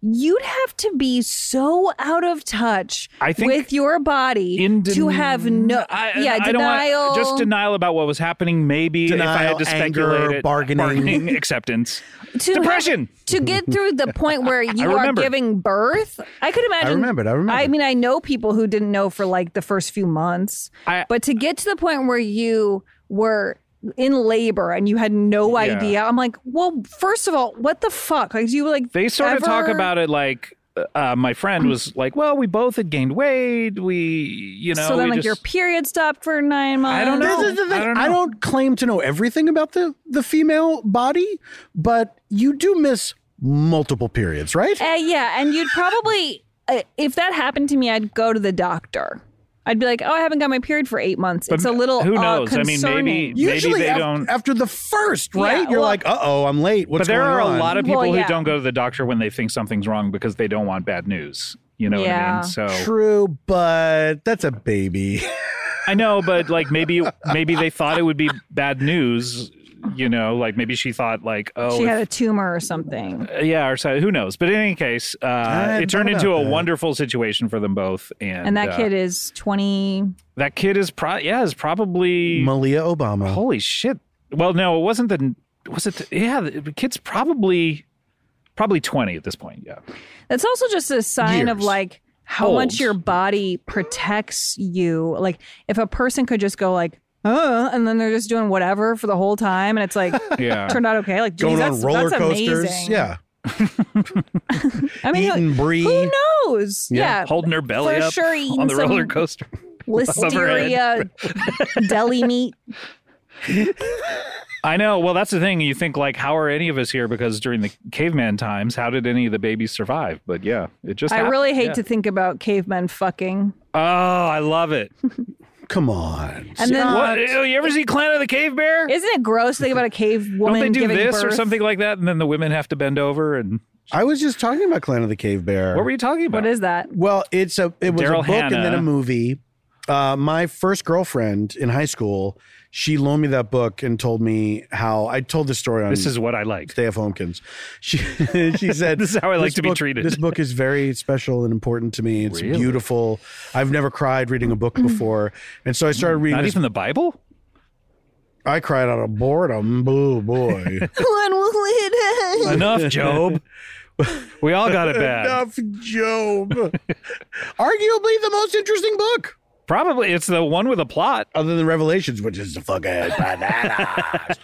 B: You'd have to be so out of touch
A: I think
B: with your body
A: In
B: to have no,
A: I-
B: yeah,
A: I don't want-
B: denial.
A: just denial about what was happening, maybe if I
C: Denial,
A: had to
C: anger,
A: speculate it.
C: bargaining.
A: acceptance.
B: to have-
A: Depression.
B: to get through the point where you are
A: remember.
B: giving birth. I could imagine.
C: remembered, I remembered.
B: I mean, I know people who didn't know for like the first few months,
A: I-
B: but to get to the point where you were in labor and you had no
A: Yeah.
B: idea, I'm like, well, first of all, what the fuck? Like, do you like
A: They sort of talk
B: ever-
A: about it like uh, my friend was like, well, we both had gained weight. We, you know,
B: so then,
A: we
B: like
A: just,
B: your period stopped for nine months.
A: I don't know.
C: This is the
A: I
C: thing. I
A: don't
C: don't,
A: know.
C: claim to know everything about the, the female body, but you do miss multiple periods, right?
B: Uh, yeah, and you'd probably, uh, if that happened to me, I'd go to the doctor. I'd be like, oh, I haven't got my period for eight months. It's a little
A: who
B: uh,
A: knows? I mean, maybe-
B: concerning.
C: Usually
A: Maybe they
C: af-
A: don't-
C: after the first, right? You're
B: well-
C: like, uh oh, I'm late. What's
A: but there
C: going
A: are
C: on?
A: a lot of people
B: Well,
A: who
B: yeah.
A: don't go to the doctor when they think something's wrong because they don't want bad news. You know what I
B: Yeah.
A: mean? So
C: True, but that's a baby.
A: I know, but like maybe maybe they thought it would be bad news. You know, like maybe she thought like, oh,
B: she
A: if-
B: had a tumor or something.
A: yeah, or so, who knows? But in any case, uh,
C: hadn't
A: it turned
C: thought
A: into
C: about
A: a
C: that.
A: wonderful situation for them both. And,
B: And that
A: uh,
B: kid is 20.
A: that kid is pro, yeah, is probably
C: Malia Obama.
A: holy shit. Well, no, it wasn't the was it? The, yeah, the kid's probably probably twenty at this point. Yeah,
B: That's also just a sign of
C: Years.
B: like how
A: Old.
B: much your body protects you. Like if a person could just go like, uh, and then they're just doing whatever for the whole time, and it's like
A: yeah.
B: turned out okay. Like geez,
C: Going
B: that's,
C: on roller
B: that's
C: coasters.
B: amazing.
C: Yeah.
B: I mean,
C: Eating brie.
B: who knows? Yeah,
A: holding her belly
B: for
A: up
B: sure
A: on
B: eating
A: the roller
B: some-
A: coaster.
B: listeria, deli meat.
A: I know. Well, that's the thing. You think like, how are any of us here? Because during the caveman times, how did any of the babies survive? But yeah, it just.
B: I
A: happened.
B: really hate
A: Yeah.
B: to think about cavemen fucking.
A: Oh, I love it.
C: Come on.
B: And then
A: What? Ew, you ever see Clan of the Cave Bear?
B: Isn't it gross to think about a cave
A: Don't
B: woman
A: they do
B: giving
A: this or
B: birth?
A: something like that? And then the women have to bend over. And
C: I was just talking about Clan of the Cave Bear.
A: what were you talking about?
B: What is that?
C: Well, it's a it was
A: Daryl
C: a book and then
A: Hannah.
C: a movie. Uh, my first girlfriend in high school, she loaned me that book and told me how I told the story on
A: this? Is what I like.
C: Day of Homekins. She she said
A: This is how I like
C: "This
A: to be
C: book-
A: treated."
C: This book is very special and important to me. It's
A: Really?
C: beautiful. I've never cried reading a book before, and so I started reading.
A: Not
C: This,
A: even the Bible.
C: I cried out of boredom. Oh boy!
B: When will it end?
A: Enough, Job. we all got it bad.
C: Enough, Job. Arguably the most interesting book.
A: Probably it's the one with a plot.
C: other than Revelations, which is the fucking bananas.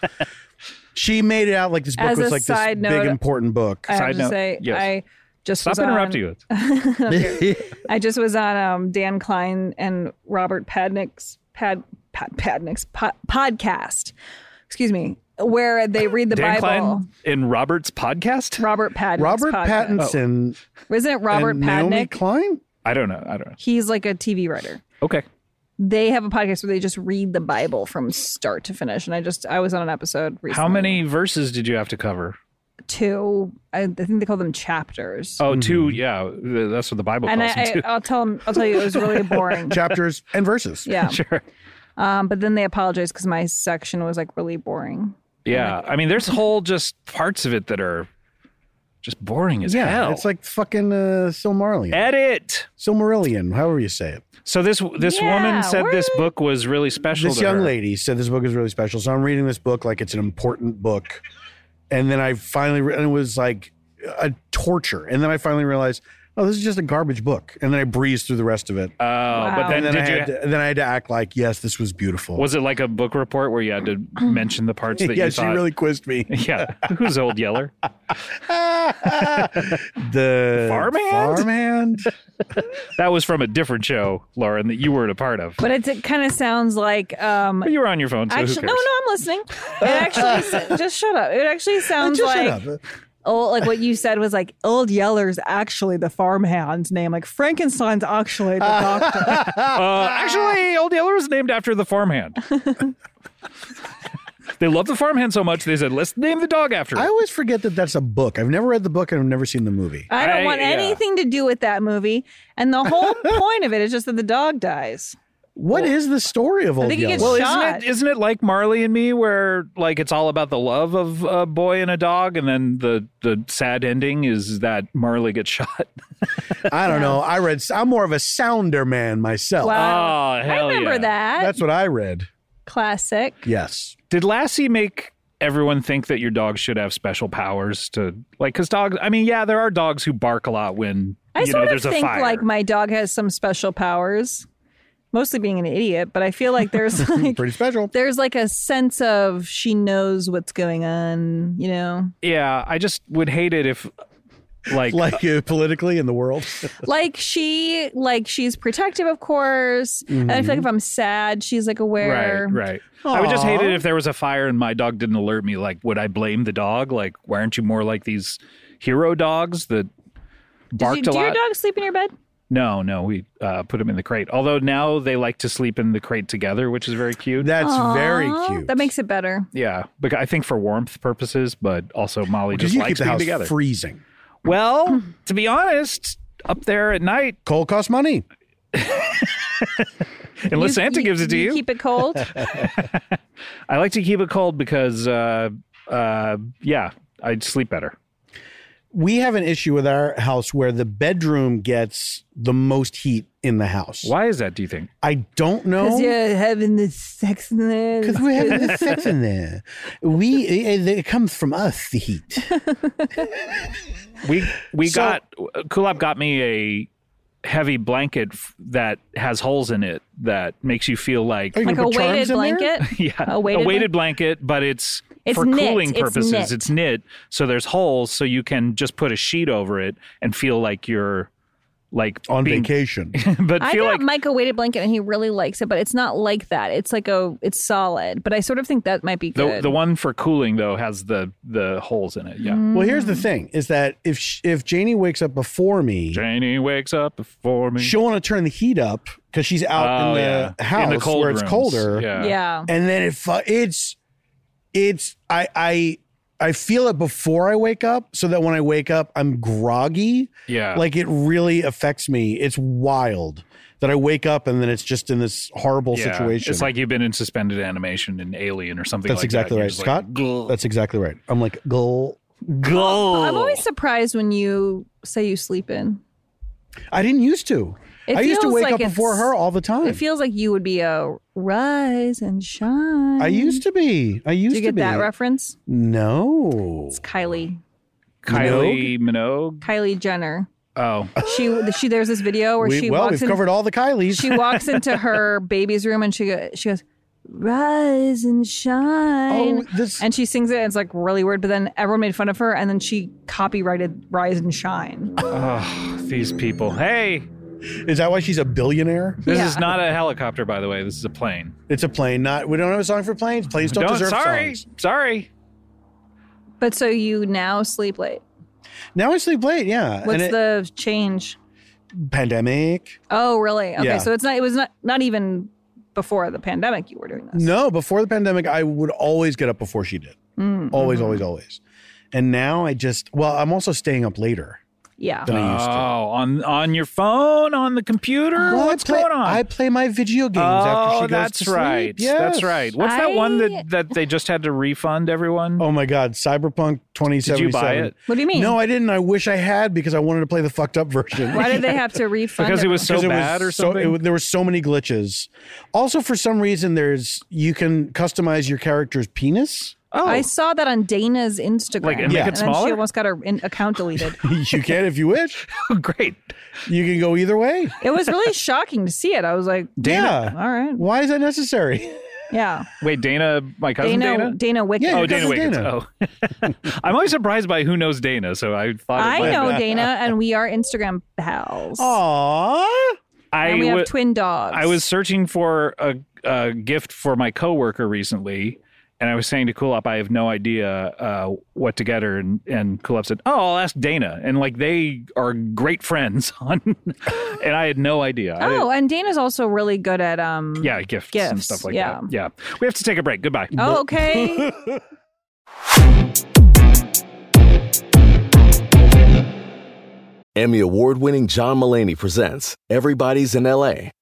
C: she made it out like this book
B: As
C: was
B: a
C: like this
B: side note-
C: big important book.
B: I have
A: Side
B: to
A: note,
B: say,
A: yes.
B: I just
A: Stop
B: was on,
A: interrupting us.
B: I just was on um, Dan Klein and Robert Padnick's pad, pad Padnick's po- podcast. Excuse me, where they read the
A: Dan
B: Bible.
A: Klein in Robert's podcast.
B: Robert Pattinson.
C: Robert
B: podcast.
C: Pattinson
B: Isn't it Oh, Robert
C: and Naomi
B: Padnick?
C: Klein.
A: I don't know. I don't know.
B: He's like a TV writer.
A: Okay.
B: They have a podcast where they just read the Bible from start to finish. And I just, I was on an episode recently.
A: How many verses did you have to cover?
B: Two. I, I think they call them chapters.
C: Mm-hmm.
A: Oh, two. Yeah, th- that's what the Bible
B: and I,
A: calls them
B: I,
A: too.
B: I'll tell 'em- I'll tell you, it was really boring.
C: Chapters and verses.
B: yeah.
A: sure.
B: Um, but then they apologized because my section was like really boring.
A: Yeah. I mean, there's whole just parts of it that are just boring as
C: Yeah,
A: hell.
C: it's like fucking uh, Silmarillion.
A: edit.
C: Silmarillion, however you say it.
A: So this this
B: Yeah,
A: woman said this
B: what?
A: book was really special.
C: This
A: to
C: young
A: her.
C: lady said this book is really special, so I'm reading this book like it's an important book, and then I finally re- and it was like a torture, and then I finally realized oh, this is just a garbage book. And then I breezed through the rest of it.
A: Oh, but then,
C: and then I,
A: did you?
C: had to, then I had to act like, yes, this was beautiful.
A: was it like a book report where you had to mention the parts that
C: yeah,
A: you
C: she
A: thought?
C: really quizzed me.
A: yeah, who's old Yeller?
C: the
A: Farmhand?
C: Farmhand.
A: That was from a different show, Lauren, that you weren't a part of.
B: But it's, it kind of sounds like um,
A: But you were on your phone, so who
B: Actually,
A: cares?
B: no, no, I'm listening. It actually s- just shut up. It actually sounds
C: Just shut
B: like
C: up.
B: old, like what you said was like old Yeller's actually the farmhand's name. Like Frankenstein's actually the doctor.
A: Uh, actually, Old Yeller was named after the farmhand. they love the farmhand so much they said, "Let's name the dog after
C: I
A: him."
C: always forget that that's a book. I've never read the book and I've never seen the movie.
B: I don't
A: I-
B: want
A: yeah.
B: anything to do with that movie. And the whole point of it is just that the dog dies.
C: What is the story of Old
B: think he
C: Yeller?
B: gets
A: Well,
B: shot.
A: isn't it isn't it like Marley and Me, where like it's all about the love of a boy and a dog, and then the the sad ending is that Marley gets shot.
C: I don't know. I read. I'm more of a sounder man myself.
B: Wow.
A: Oh,
B: I
A: hell
B: remember
A: yeah.
B: that.
C: That's what I read.
B: Classic.
C: Yes.
A: Did Lassie make everyone think that your dog should have special powers to like? Because dogs, I mean, yeah, there are dogs who bark a lot when
B: I
A: you
B: sort
A: know there's
B: of think
A: a fire.
B: like my dog has some special powers, mostly being an idiot, but I feel like there's like.
C: Pretty special.
B: There's like a sense of she knows what's going on, you know?
A: yeah, I just would hate it if like
C: Like uh, politically in the world.
B: like she like she's protective of course and i feel like if i'm sad she's like aware
A: Mm-hmm. Right, right. I would just hate
C: Aw.
A: it if there was a fire and my dog didn't alert me. Like, would I blame the dog? Like, why aren't you more like these hero dogs that
B: Did you,
A: barked a
B: do
A: lot?
B: your dog sleep in your bed
A: no, no, we uh, put him in the crate. Although now they like to sleep in the crate together, which is very cute.
C: That's very
B: Aw,
C: cute.
B: that makes it better
A: yeah, because I think for warmth purposes, but also Molly
C: because
A: just
C: you keep
A: likes
C: the
A: being
C: house
A: together.
C: freezing.
B: Hmm.
A: well, to be honest, up there at night,
C: Coal costs money.
A: unless
B: You-
A: Santa
B: you-
A: gives it to you,
B: keep it cold
A: I like to keep it cold because, uh, uh, yeah, I'd sleep better.
C: We have an issue with our house where the bedroom gets the most heat in the house.
A: Why is that? Do you think?
C: I don't know.
B: having the sex in there
C: Because we're having the sex in there. We it, it comes from us, the heat.
A: We we
C: So-
A: got Kulop got me a heavy blanket f- that has holes in it that makes you feel like
C: Are you
B: like
C: gonna
B: a
C: put charms
B: weighted
C: in there?
B: blanket
A: yeah
B: a weighted,
A: blanket, but it's,
B: It's
A: for
B: knit.
A: cooling
B: It's
A: purposes.
B: knit.
A: It's knit, so there's holes, so you can just put a sheet over it and feel like you're like
C: On
A: being-
C: vacation.
A: but
B: I
A: feel
B: got
A: like
B: Mike a weighted blanket and he really likes it, but it's not like that. It's like a, it's solid, but I sort of think that might be
A: the
B: good.
A: the one for cooling though has the the holes in it. Yeah.
C: Well,
B: Mm.
C: here's the thing: is that if sh- if Janie wakes up before me,
A: Janie wakes up before me.
C: she'll want to turn the heat up because she's out
A: Oh,
C: in
A: yeah.
C: the house
A: in the cold
C: where it's
A: rooms.
C: colder.
A: Yeah.
B: yeah.
C: And then it fu- it's it's I I I feel it before I wake up, so that when I wake up, I'm groggy.
A: Yeah.
C: Like it really affects me. It's wild that I wake up and then it's just in this horrible
A: Yeah.
C: situation.
A: It's like you've been in suspended animation in Alien or something
C: that's
A: like
C: exactly
A: that.
C: right, Scott. that's exactly right. I'm like gull.
A: Go.
B: I'm
C: Oh.
B: always surprised when you say you sleep in.
C: I didn't used to.
B: It
C: I used to
B: feels
C: wake
B: like
C: up before
B: it's-
C: her all the time.
B: It feels like you would be a rise and shine.
C: I used to be. I
B: Do
C: used
B: you
C: to
B: get
C: be.
B: that reference?
C: No.
B: It's Kylie,
A: Kylie Minogue.
B: Kylie Jenner.
A: Oh,
B: She, she. There's this video where
C: We-
B: she
C: well,
B: walks.
C: we've covered all the Kylies.
B: She walks into her baby's room and she go- she goes, "Rise and
C: oh,
B: shine,"
C: this.
B: and she sings it. and It's like really weird, but then everyone made fun of her, and then she copyrighted "Rise and Shine."
A: oh, these people. Hey,
C: is that why she's a billionaire?
A: this
B: Yeah.
A: is not a helicopter, by the way. This is a plane.
C: It's a plane. Not. We don't have a song for planes. Planes don't, deserve
A: sorry,
C: songs.
A: sorry.
B: But so you now sleep late.
C: Now I sleep late. Yeah.
B: What's
C: and it-
B: the change?
C: pandemic?
B: Oh, really? Okay,
C: Yeah.
B: so it's not. It was not not even before the pandemic. You were doing this.
C: No. Before the pandemic, I would always get up before she did.
B: Mm,
C: Always,
B: mm-hmm.
C: always, always. And now I just. Well, I'm also staying up later
B: Yeah.
C: than
A: Oh,
C: I used to.
A: on on your phone, on the computer.
C: Well,
A: What's
C: I play,
A: going on?
C: I play my video games after she
A: oh,
C: goes
A: that's
C: to sleep.
A: right.
C: Yes.
A: That's right. What's that one
B: I-
A: that that they just had to refund everyone?
C: Oh my God, Cyberpunk 2077.
A: Did you buy it?
B: What do you mean?
C: No, I didn't. I wish I had because I wanted to play the fucked up version.
B: Why did they have to refund?
A: Because it was so
C: 'Cause it was
A: bad or
C: so- it
A: something.
C: wa- there were so many glitches. Also, for some reason, there's you can customize your character's penis.
A: Oh,
B: I saw that on Dana's Instagram.
A: Like, and make
C: it
B: and then
A: smaller?
B: she almost got her in- account deleted.
C: you can if you wish.
A: great.
C: You can go either way.
B: it was really shocking to see it. I was like,
C: Dana.
B: all right,
C: Why is that necessary?
B: yeah.
A: Wait, Dana, my cousin
B: Dana,
A: Dana.
B: Dana, Wickett.
C: Yeah,
A: Oh,
C: your
A: Dana
C: cousin
A: Wiggins.
C: Dana.
A: Oh, I'm always surprised by who knows Dana. So I thought it
B: I
A: might-
B: know Dana, and we are Instagram pals.
C: Aww.
A: Oh, I
B: and we
A: wa-
B: have twin dogs.
A: I was searching for a, a gift for my coworker recently, and I was saying to Cool Up, I have no idea uh, what to get her, and and Cool Up said, "Oh, I'll ask Dana," and like they are great friends on, and I had no idea. I
B: Oh,
A: didn't-
B: and Dana's also really good at um.
A: yeah, gifts, and
B: Gifts,
A: stuff like
B: yeah.
A: that. Yeah, we have to take a break. Goodbye.
B: Oh, okay.
D: Emmy award winning John Mullaney presents Everybody's in LA,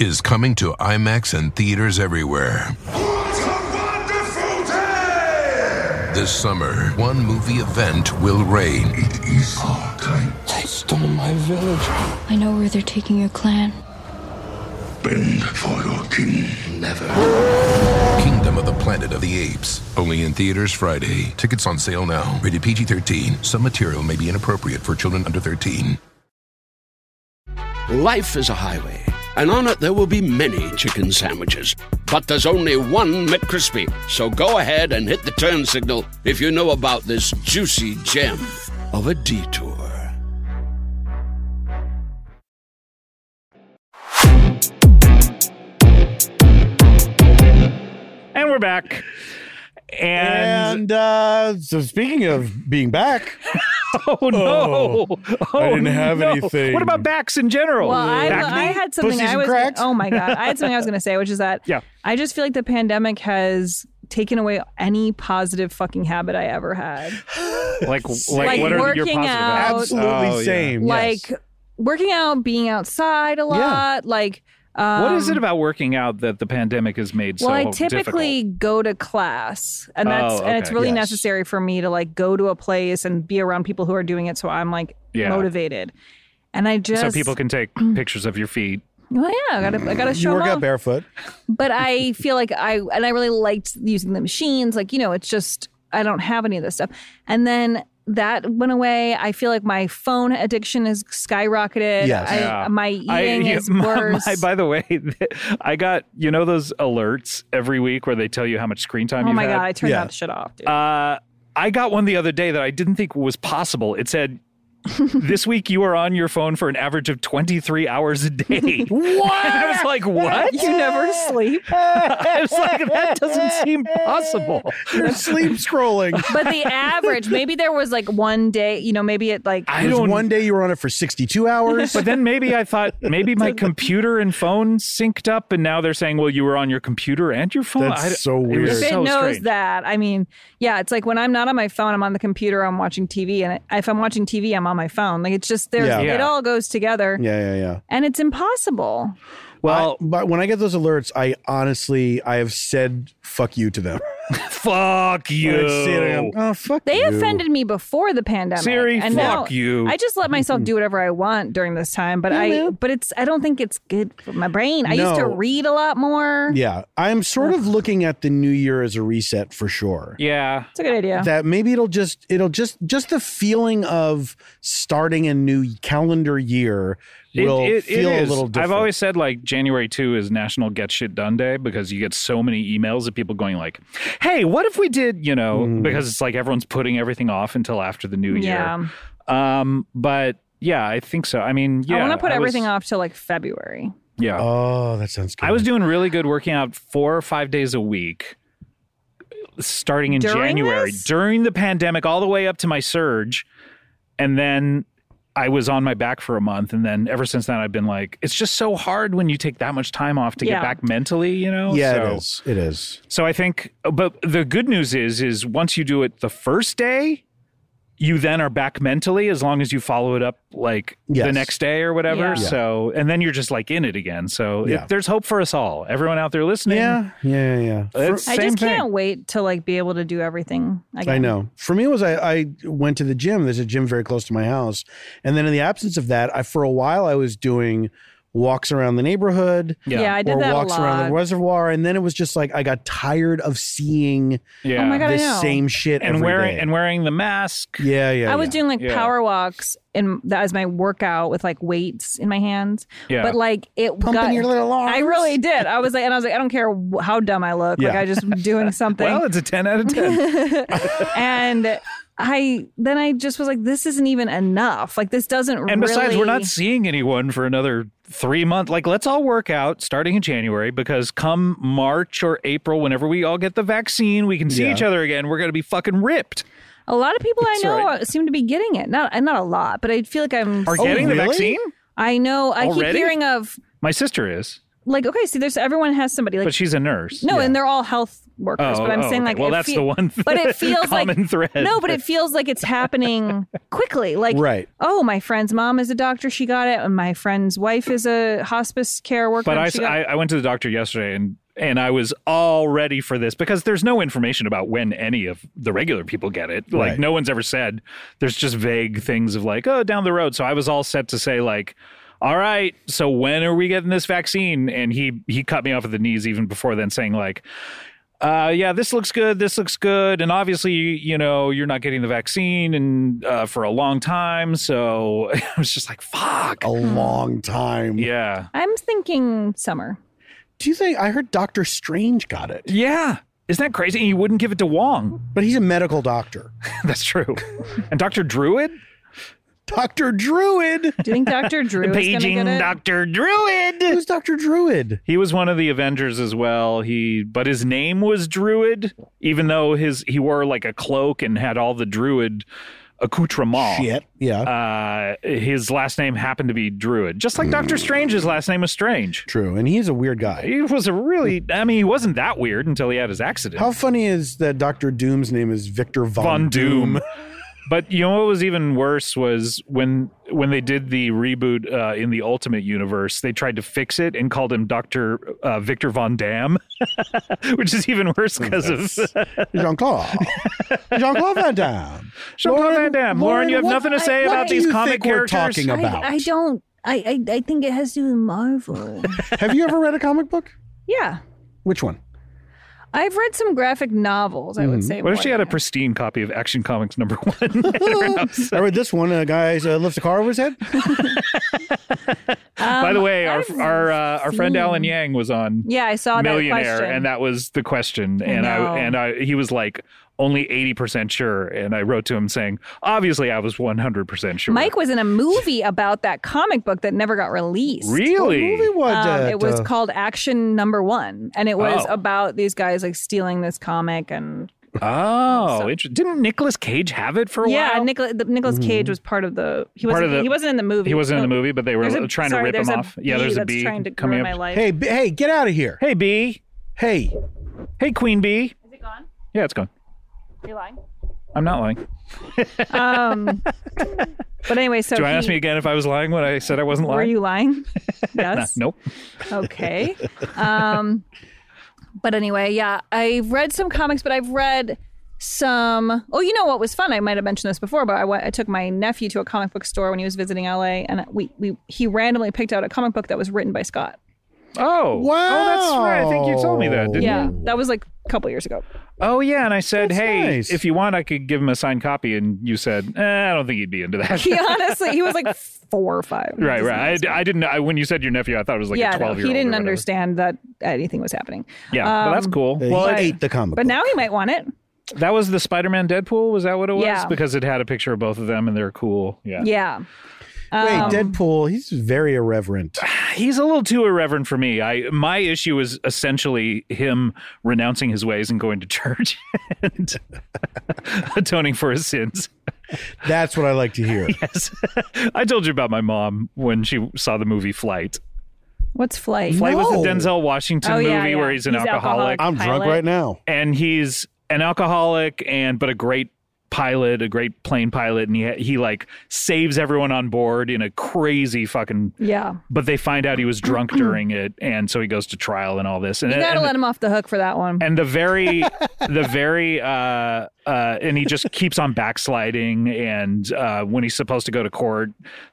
E: is coming to IMAX and theaters everywhere.
F: What a wonderful day!
E: This summer, one movie event will reign.
F: It is our time.
G: They stole my village.
H: I know where they're taking your clan.
F: Bend for your king.
E: Kingdom of the Planet of the Apes, only in theaters Friday. Tickets on sale now. Rated PG 13. Some material may be inappropriate for children under 13.
I: Life is a highway, and on it there will be many chicken sandwiches. But there's only one McCrispy. So go ahead and hit the turn signal if you know about this juicy gem of a detour.
A: And we're back. And,
C: And uh, so, speaking of being back,
A: oh no,
C: Oh,
A: oh,
C: I didn't have
A: no.
C: anything.
A: What about backs in general?
B: Well, I,
A: Back
B: I had something
C: Pussies
B: I
C: and
B: was.
C: cracks?
B: Oh my god, I had something I was going to say, which is that
A: Yeah.
B: I just feel like the pandemic has taken away any positive fucking habit I ever had.
A: like, like,
B: Like
A: what are your
B: working
A: positive?
B: out.
A: habits?
C: absolutely
A: Oh, yeah.
C: same.
B: Like
C: yes.
B: working out, being outside a lot, like. Um,
A: What is it about working out that the pandemic has made so
B: Well, I
A: difficult?
B: typically go to class, and that's
A: Oh,
B: and it's
A: okay.
B: really
C: Yes.
B: necessary for me to like go to a place and be around people who are doing it, so I'm like
A: Yeah.
B: motivated. And I just
A: so people can take pictures of your feet.
B: well, yeah, I gotta I gotta
C: you
B: show
C: work
B: off.
C: out barefoot.
B: But I feel like I and I really liked using the machines. Like you know, it's just I don't have any of this stuff. And then that went away. I feel like my phone addiction is skyrocketed.
C: Yes.
B: I,
A: Yeah.
B: my eating
A: yeah,
B: is
A: my-
B: worse.
A: my- by the way, I got you know those alerts every week where they tell you how much screen time
B: oh
A: you've
B: my
A: had.
B: god, I turned
C: Yeah.
B: that shit off, dude.
A: Uh, I got one the other day that I didn't think was possible. It said, "This week you are on your phone for an average of 23 hours a day." what? I was like, "What?"
B: you never sleep.
A: I was like, "That doesn't seem possible."
C: You're sleep scrolling.
B: but the average, maybe there was like one day, you know, maybe it like
A: I
C: There's
A: don't.
C: one day you were on it for 62 hours.
A: but then maybe I thought maybe my computer and phone synced up, and now they're saying, "Well, you were on your computer and your phone."
C: That's
A: I-
C: so
A: it was
C: weird.
B: if it
A: so
B: knows
A: strange.
B: that. I mean, yeah, it's like when I'm not on my phone, I'm on the computer, I'm watching TV, and if I'm watching TV, I'm on my phone. Like it's just there's
C: Yeah.
B: it
A: Yeah.
B: all goes together,
C: yeah, yeah, yeah.
B: and it's impossible.
A: Well,
C: I- but when I get those alerts, I honestly, I have said fuck you to them.
A: fuck you.
C: I've seen it, I'm, oh, fuck
B: They
C: you.
B: offended me before the pandemic.
A: Siri, fuck
B: and now
A: you.
B: I just let myself do whatever I want during this time, but I but it's I don't think it's good for my brain. I used to
C: No.
B: read a lot more.
C: Yeah. I'm sort of looking at the new year as a reset for sure.
A: Yeah.
B: It's a good idea.
C: That maybe it'll just, it'll just, just the feeling of starting a new calendar year will feel a
A: is.
C: little different.
A: I've always said like January 2 is National Get Shit Done Day because you get so many emails of people going like, "Hey, what if we did, you know,
C: Mm-hmm.
A: because it's like everyone's putting everything off until after the new
B: yeah.
A: year." Um, but yeah, I think so. I mean, yeah.
B: I want to put
A: was-
B: everything off till like February.
A: Yeah.
C: Oh, that sounds good.
A: I was doing really good working out 4 or 5 days a week starting in
B: During
A: January
B: this?
A: during the pandemic all the way up to my surge and then I was on my back for a month, and then ever since then, I've been like, it's just so hard when you take that much time off to
B: Yeah.
A: get back mentally, you know.
C: Yeah,
A: so,
C: it is. It is.
A: So I think, but the good news is, is once you do it the first day, you then are back mentally as long as you follow it up like the
C: Yes.
A: next day or whatever.
B: Yeah. Yeah.
A: So, and then you're just like in it again. So, it-
C: Yeah.
A: there's hope for us all. Everyone out there listening.
C: Yeah, yeah, yeah.
A: It's
B: I
A: same
B: just
A: thing.
B: can't wait to like be able to do everything. Again.
C: I know. For me, it was I, I went to the gym. There's a gym very close to my house, and then in the absence of that, I for a while I was doing walks around the neighborhood.
B: Yeah, I did
C: or
B: that
C: walks
B: a lot.
C: around the reservoir, and then it was just like I got tired of seeing
A: Yeah.
B: Oh my God, I
C: the
B: know.
C: same shit
A: And
C: every
A: wearing
C: day.
A: and wearing the mask.
C: yeah, yeah.
B: I was
C: yeah.
B: doing like
A: Yeah.
B: power walks in that as my workout with like weights in my hands.
A: Yeah.
B: But like it
C: Pumping
B: got,
C: your little
B: I
C: arms.
B: really did. I was like, and I was like, I don't care wh- how dumb I look. Like
C: Yeah.
B: I just doing something.
A: Well, it's a 10 out of 10.
B: and I then I just was like, this isn't even enough. Like this doesn't.
A: and besides, we're not
B: really-
A: seeing anyone for another three months. Like, let's all work out starting in January because come March or April, whenever we all get the vaccine, we can see
C: Yeah.
A: each other again. We're going to be fucking ripped.
B: A lot of people I
A: That's
B: know
A: right.
B: seem to be getting it. Not not a lot, but I feel like I'm.
A: Are
B: seeing-
A: getting the
C: really?
A: vaccine?
B: I know. I
A: Already?
B: keep hearing of
A: My sister is,
B: like okay, see, there's everyone has somebody like
A: but she's a nurse.
B: No, and they're all health workers.
A: Oh,
B: but I'm
A: oh,
B: saying
A: okay.
B: like,
A: Well,
B: it
A: that's the one
B: but it feels
A: common
B: like
A: thread.
B: No, but it feels like it's happening quickly. Like,
C: Right.
B: Oh, my friend's mom is a doctor. She got it, and my friend's wife is a hospice care worker.
A: But
B: and
A: I,
B: she
A: s-
B: got-
A: I, I went to the doctor yesterday and and I was all ready for this because there's no information about when any of the regular people get it. Like
C: Right.
A: no one's ever said. There's just vague things of like, oh, down the road. So I was all set to say like, all right, so when are we getting this vaccine? And he he cut me off at the knees even before then, saying like. Uh, yeah, this looks good. This looks good, and obviously, you, you know, you're not getting the vaccine, and uh, for a long time. So I was just like, "Fuck."
C: a
B: hmm.
C: long time.
A: Yeah,
B: I'm thinking summer.
C: Do you think I heard Doctor Strange got it?
A: yeah. Isn't that crazy? And you wouldn't give it to Wong.
C: But he's a medical doctor.
A: That's true. And Dr. Druid?
C: Doctor Druid.
B: Do you think Doctor Drew is going to
A: Paging
B: get it?
A: Dr. Druid.
C: Who's Doctor Druid?
A: He was one of the Avengers as well. He but his name was Druid, even though his he wore like a cloak and had all the druid accoutrements.
C: Shit. Yeah.
A: Uh, his last name happened to be Druid, just like
C: Mm.
A: Doctor Strange's last name was Strange.
C: True. And he's a weird guy.
A: He was a really, I mean, he wasn't that weird until he had his accident.
C: How funny is that Doctor Doom's name is Victor Von,
A: Von Doom. But you know what was even worse was when when they did the reboot uh, in the Ultimate Universe, they tried to fix it and called him Doctor uh, Victor Von Dam, which is even worse because of
C: Jean Claude. Jean Claude Van Damme.
A: Jean-Claude Van Damme. Lauren, you have
C: what-
A: nothing to say
C: what
A: about
C: do
A: these
C: you
A: comic
C: think we're
A: characters?
C: talking about?
B: I, I don't. I, I I think it has to do with Marvel.
C: have you ever read a comic book?
B: yeah,
C: Which one?
B: I've read some graphic novels. I would say.
A: Mm-hmm. What if
B: more
A: she had a
B: than that.
A: pristine copy of Action Comics number one?
C: I read this one. A guy uh, lifts a car over his head.
A: By the way, our
B: Um, I've
A: our uh, our friend
B: seen-
A: Alan Yang was on
B: Yeah, I saw that
A: Millionaire,
B: question.
A: and that was the question, and
B: No.
A: I and I he was like only eighty percent sure, and I wrote to him saying, obviously, I was one hundred percent sure.
B: Mike was in a movie about that comic book that never got released.
A: Really?
C: What movie was
B: Um,
C: that?
B: it was
C: Uh,
B: called Action Number One, and it was
A: Oh.
B: about these guys like stealing this comic. And
A: Oh,
B: So-
A: inter- didn't Nicolas Cage have it for a
B: yeah,
A: while?
B: Nicholas Nicholas Cage was part of the. He
A: Part
B: wasn't.
A: of the-
B: he wasn't in the movie.
A: he wasn't in the
B: No.
A: movie, but they were
B: There's a-
A: trying
B: sorry,
A: to rip
B: there's
A: him
B: a
A: off. Yeah,
B: bee
A: there's a
B: that's
A: bee
B: trying to
A: coming
B: ruin
A: up.
B: my life.
C: hey, B- hey, get out of here.
A: Hey, bee.
C: Hey, uh,
A: Hey, queen bee.
B: Is it gone?
A: Yeah, it's gone.
B: Are you lying?
A: I'm not lying.
B: Um, but anyway, so
A: Do I
B: he-
A: ask me again if I was lying when I said I wasn't
B: Were
A: lying?
B: you lying?
A: Nah,
B: Yes.
A: nope.
B: okay. Um, but anyway, yeah, I've read some comics, but I've read some. Oh, you know what was fun? I might have mentioned this before, but I went- I took my nephew to a comic book store when he was visiting LA, and we, we he randomly picked out a comic book that was written by Scott.
A: Oh, Oh, that's right. I think you told me that, didn't you?
B: Yeah, that was like a couple years ago.
A: Oh, yeah. And I said,
C: That's
A: hey,
C: nice.
A: if you want, I could give him a signed copy. And you said, eh, I don't think he'd be into that.
B: He honestly, he was like four or five.
A: right, right. I, I didn't. I, when you said your nephew, I thought it was like
B: yeah,
A: a
B: no,
A: twelve year
B: he
A: old.
B: didn't understand that anything was happening.
A: Yeah, well, that's cool.
C: He
A: Well,
C: ate the comic.
B: But
C: book.
B: now he might want it.
A: that was the Spider-Man Deadpool. Was that what it was?
B: Yeah.
A: Because it had a picture of both of them, and they're cool. Yeah.
B: Yeah.
C: Wait,
B: Um,
C: Deadpool. He's very irreverent.
A: he's a little too irreverent for me. I my issue is essentially him renouncing his ways and going to church and atoning for his sins.
C: That's what I like to hear.
A: Yes. I told you about my mom when she saw the movie Flight.
B: What's flight?
A: Flight
C: No.
A: was a Denzel Washington
B: Oh,
A: movie
B: yeah, yeah.
A: where he's an
B: He's
A: alcoholic,
B: alcoholic.
C: I'm drunk
B: Pilot.
C: right now.
A: and he's an alcoholic and but a great pilot, a great plane pilot, and he he like saves everyone on board in a crazy fucking.
B: Yeah.
A: But they find out he was drunk during it, and so he goes to trial and all this. And
B: You gotta
A: and-
B: let him off the hook for that one.
A: and the very the very uh uh and he just keeps on backsliding and uh when he's supposed to go to court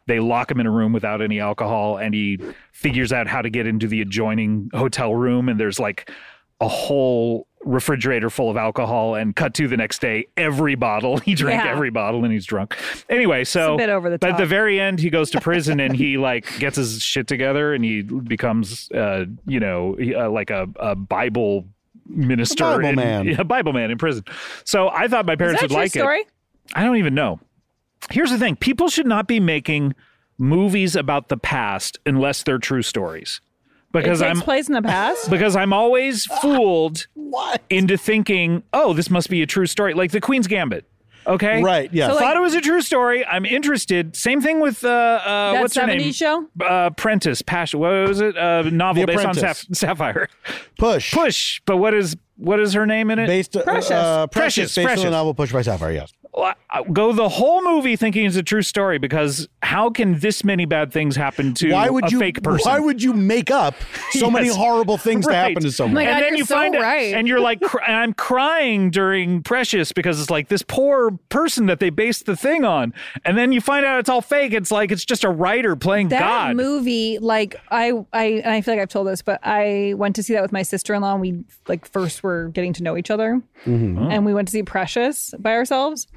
A: they lock him in a room without any alcohol and he figures out how to get into the adjoining hotel room and there's like a whole refrigerator full of alcohol and cut to the next day every bottle he drank
B: Yeah.
A: every bottle and he's drunk anyway so
B: bit over the
A: but at the
B: top.
A: very end he goes to prison and he like gets his shit together and he becomes uh you know he, uh, like a, a bible minister
C: Bible
A: in-
C: man.
A: yeah, bible man in prison so i thought my
B: Is
A: parents
B: that
A: would
B: your
A: like
B: story?
A: it i don't even know here's the thing people should not be making movies about the past unless they're true stories
B: It
A: because
B: takes
A: i'm
B: place in the past.
A: because i'm always fooled into thinking oh this must be a true story like the queen's gambit okay
C: Right, yeah. So,
A: i
C: like-
A: thought it was a true story i'm interested same thing with uh, uh
B: that
A: what's her
B: 70s
A: name
B: show?
A: uh, Prentice, Passion. What was it? Uh, novel
C: The
A: based on
C: Apprentice.
A: Saph- Sapphire.
C: Push.
A: Push, but what is what is her name in it?
C: Based
B: Precious.
C: Uh,
A: Precious,
C: precious, based on
A: Precious.
C: the novel Push by Sapphire. Yes.
A: Well, I- Go the whole movie thinking it's a true story because how can this many bad things happen to
C: why would
A: a
C: you?
A: fake person?
C: Why would you make up so many
A: Yes.
C: horrible things to
A: Right.
C: happen to someone?
B: Oh my God,
A: and then
B: you're
A: you
B: so
A: find
B: right.
A: it, and you're like, cr- and I'm crying during Precious because it's like this poor person that they based the thing on, and then you find out it's all fake. It's like it's just a writer playing
B: that
A: God.
B: movie like i i and i feel like i've told this but i went to see that with my sister-in-law and we like first were getting to know each other
A: Mm-hmm.
B: and we went to see precious by ourselves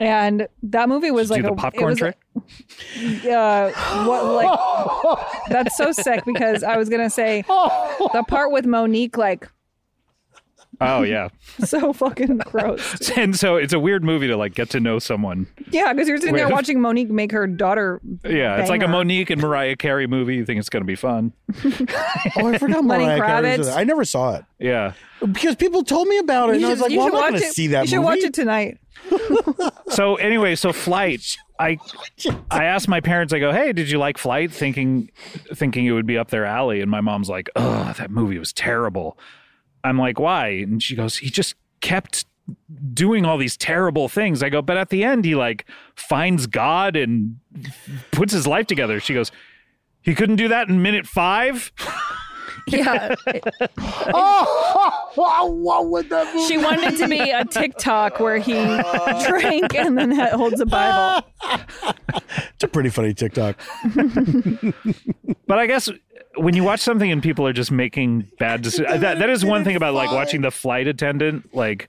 B: and that movie was like
A: Do
B: a,
A: the
B: it
A: popcorn
B: was,
A: trick.
B: uh, what like that's so sick because i was gonna say the part with monique like
A: Oh yeah,
B: so fucking gross
A: and so it's a weird movie to like get to know someone.
B: yeah because you're sitting there
A: Wait.
B: watching monique make her daughter
A: Yeah, it's like a
B: banger.
A: Monique and Mariah Carey movie. You think it's going to be fun?
C: Oh, I forgot
B: Lenny
C: Mariah Carey's in
B: Kravitz.
C: it. I never saw it
A: Yeah.
C: because people told me about it, and I was like,
B: you
C: "Well, I'm not
B: watch
C: going to
B: it-
C: see that
B: you should
C: movie."
B: watch it tonight
A: So anyway, so flight. I I asked my parents. I go, hey, did you like flight? Thinking thinking it would be up their alley, and my mom's like, oh, that movie was terrible. I'm like, why? And she goes, he just kept doing all these terrible things. I go, but at the end, he like finds God and puts his life together. She goes. He couldn't do that in minute five.
B: yeah
C: Oh, what would that movie?
B: She wanted to be a TikTok where he drank and then ha- holds a Bible.
C: It's a pretty funny TikTok.
A: But I guess when you watch something and people are just making bad decisions, that, that is one thing about like watching the flight attendant. Like,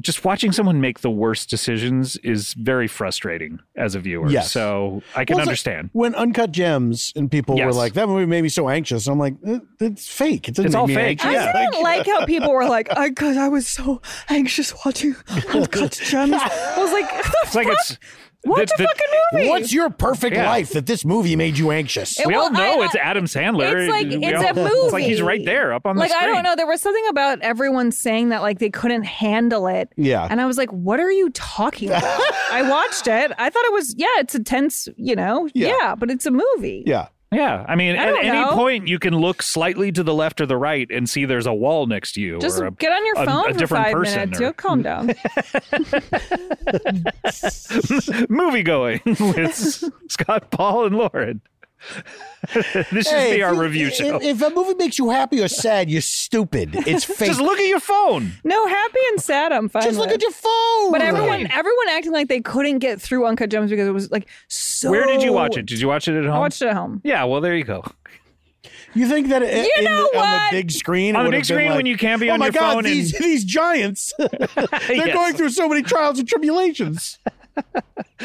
A: just watching someone make the worst decisions is very frustrating as a viewer.
C: Yes.
A: So I can
C: Well, it's like
A: understand.
C: when Uncut Gems and people were
A: Yes.
C: like, "That movie made me so anxious." I'm like, "It- "It's fake. It doesn't
A: It's
C: make
A: all
C: me
A: fake,
C: anxious."
A: yeah.
B: I didn't like how people were like, I,
G: Because I was so anxious watching Uncut Gems.
B: I was like,
A: It's like it's.
B: watch a
A: the- the-
B: fucking movie.
C: What's your perfect
A: Yeah.
C: life that this movie made you anxious?
B: It-
A: we all
B: Well, I-
A: know
B: I-
A: it's Adam Sandler.
B: it's like
A: We
B: it's
A: all-
B: a movie.
A: It's like he's right there up on
B: Like
A: the screen.
B: I don't know, there was something about everyone saying that like they couldn't handle it.
C: Yeah.
B: and I was like, "What are you talking about?" I watched it. I thought it was yeah, it's a tense, you know, yeah,
C: Yeah.
B: but it's a movie.
C: yeah,
A: Yeah, I mean, at
B: don't
A: any
B: know.
A: point you can look slightly to the left or the right and see there's a wall next to you.
B: Just
A: or a,
B: get on your
A: a-
B: phone
A: a
B: for
A: different
B: five
A: person
B: minutes.
A: or-
B: You'll calm down.
A: movie going with Scott, Paul, and Lauren. this should be
C: if
A: our
C: you-
A: review show.
C: If, if a movie makes you happy or sad, you're stupid. It's fake.
A: Just look at your phone.
B: no, happy and sad. I'm fine.
C: Just look
B: with.
C: at your phone.
B: But everyone, everyone acting like they couldn't get through Uncut Gems because it was like so.
A: Where did you watch it? Did you watch it at home?
B: I watched it at home.
A: Yeah, well, there you go.
C: You think that it,
B: You
C: in
B: know
C: the, on
B: what?
C: the big screen? it
A: On the
C: would
A: big
C: have been
A: screen
C: like,
A: when you can't be
C: oh
A: on
C: my
A: your
C: God,
A: phone and-
C: These these giants, they're
A: Yes.
C: going through so many trials and tribulations.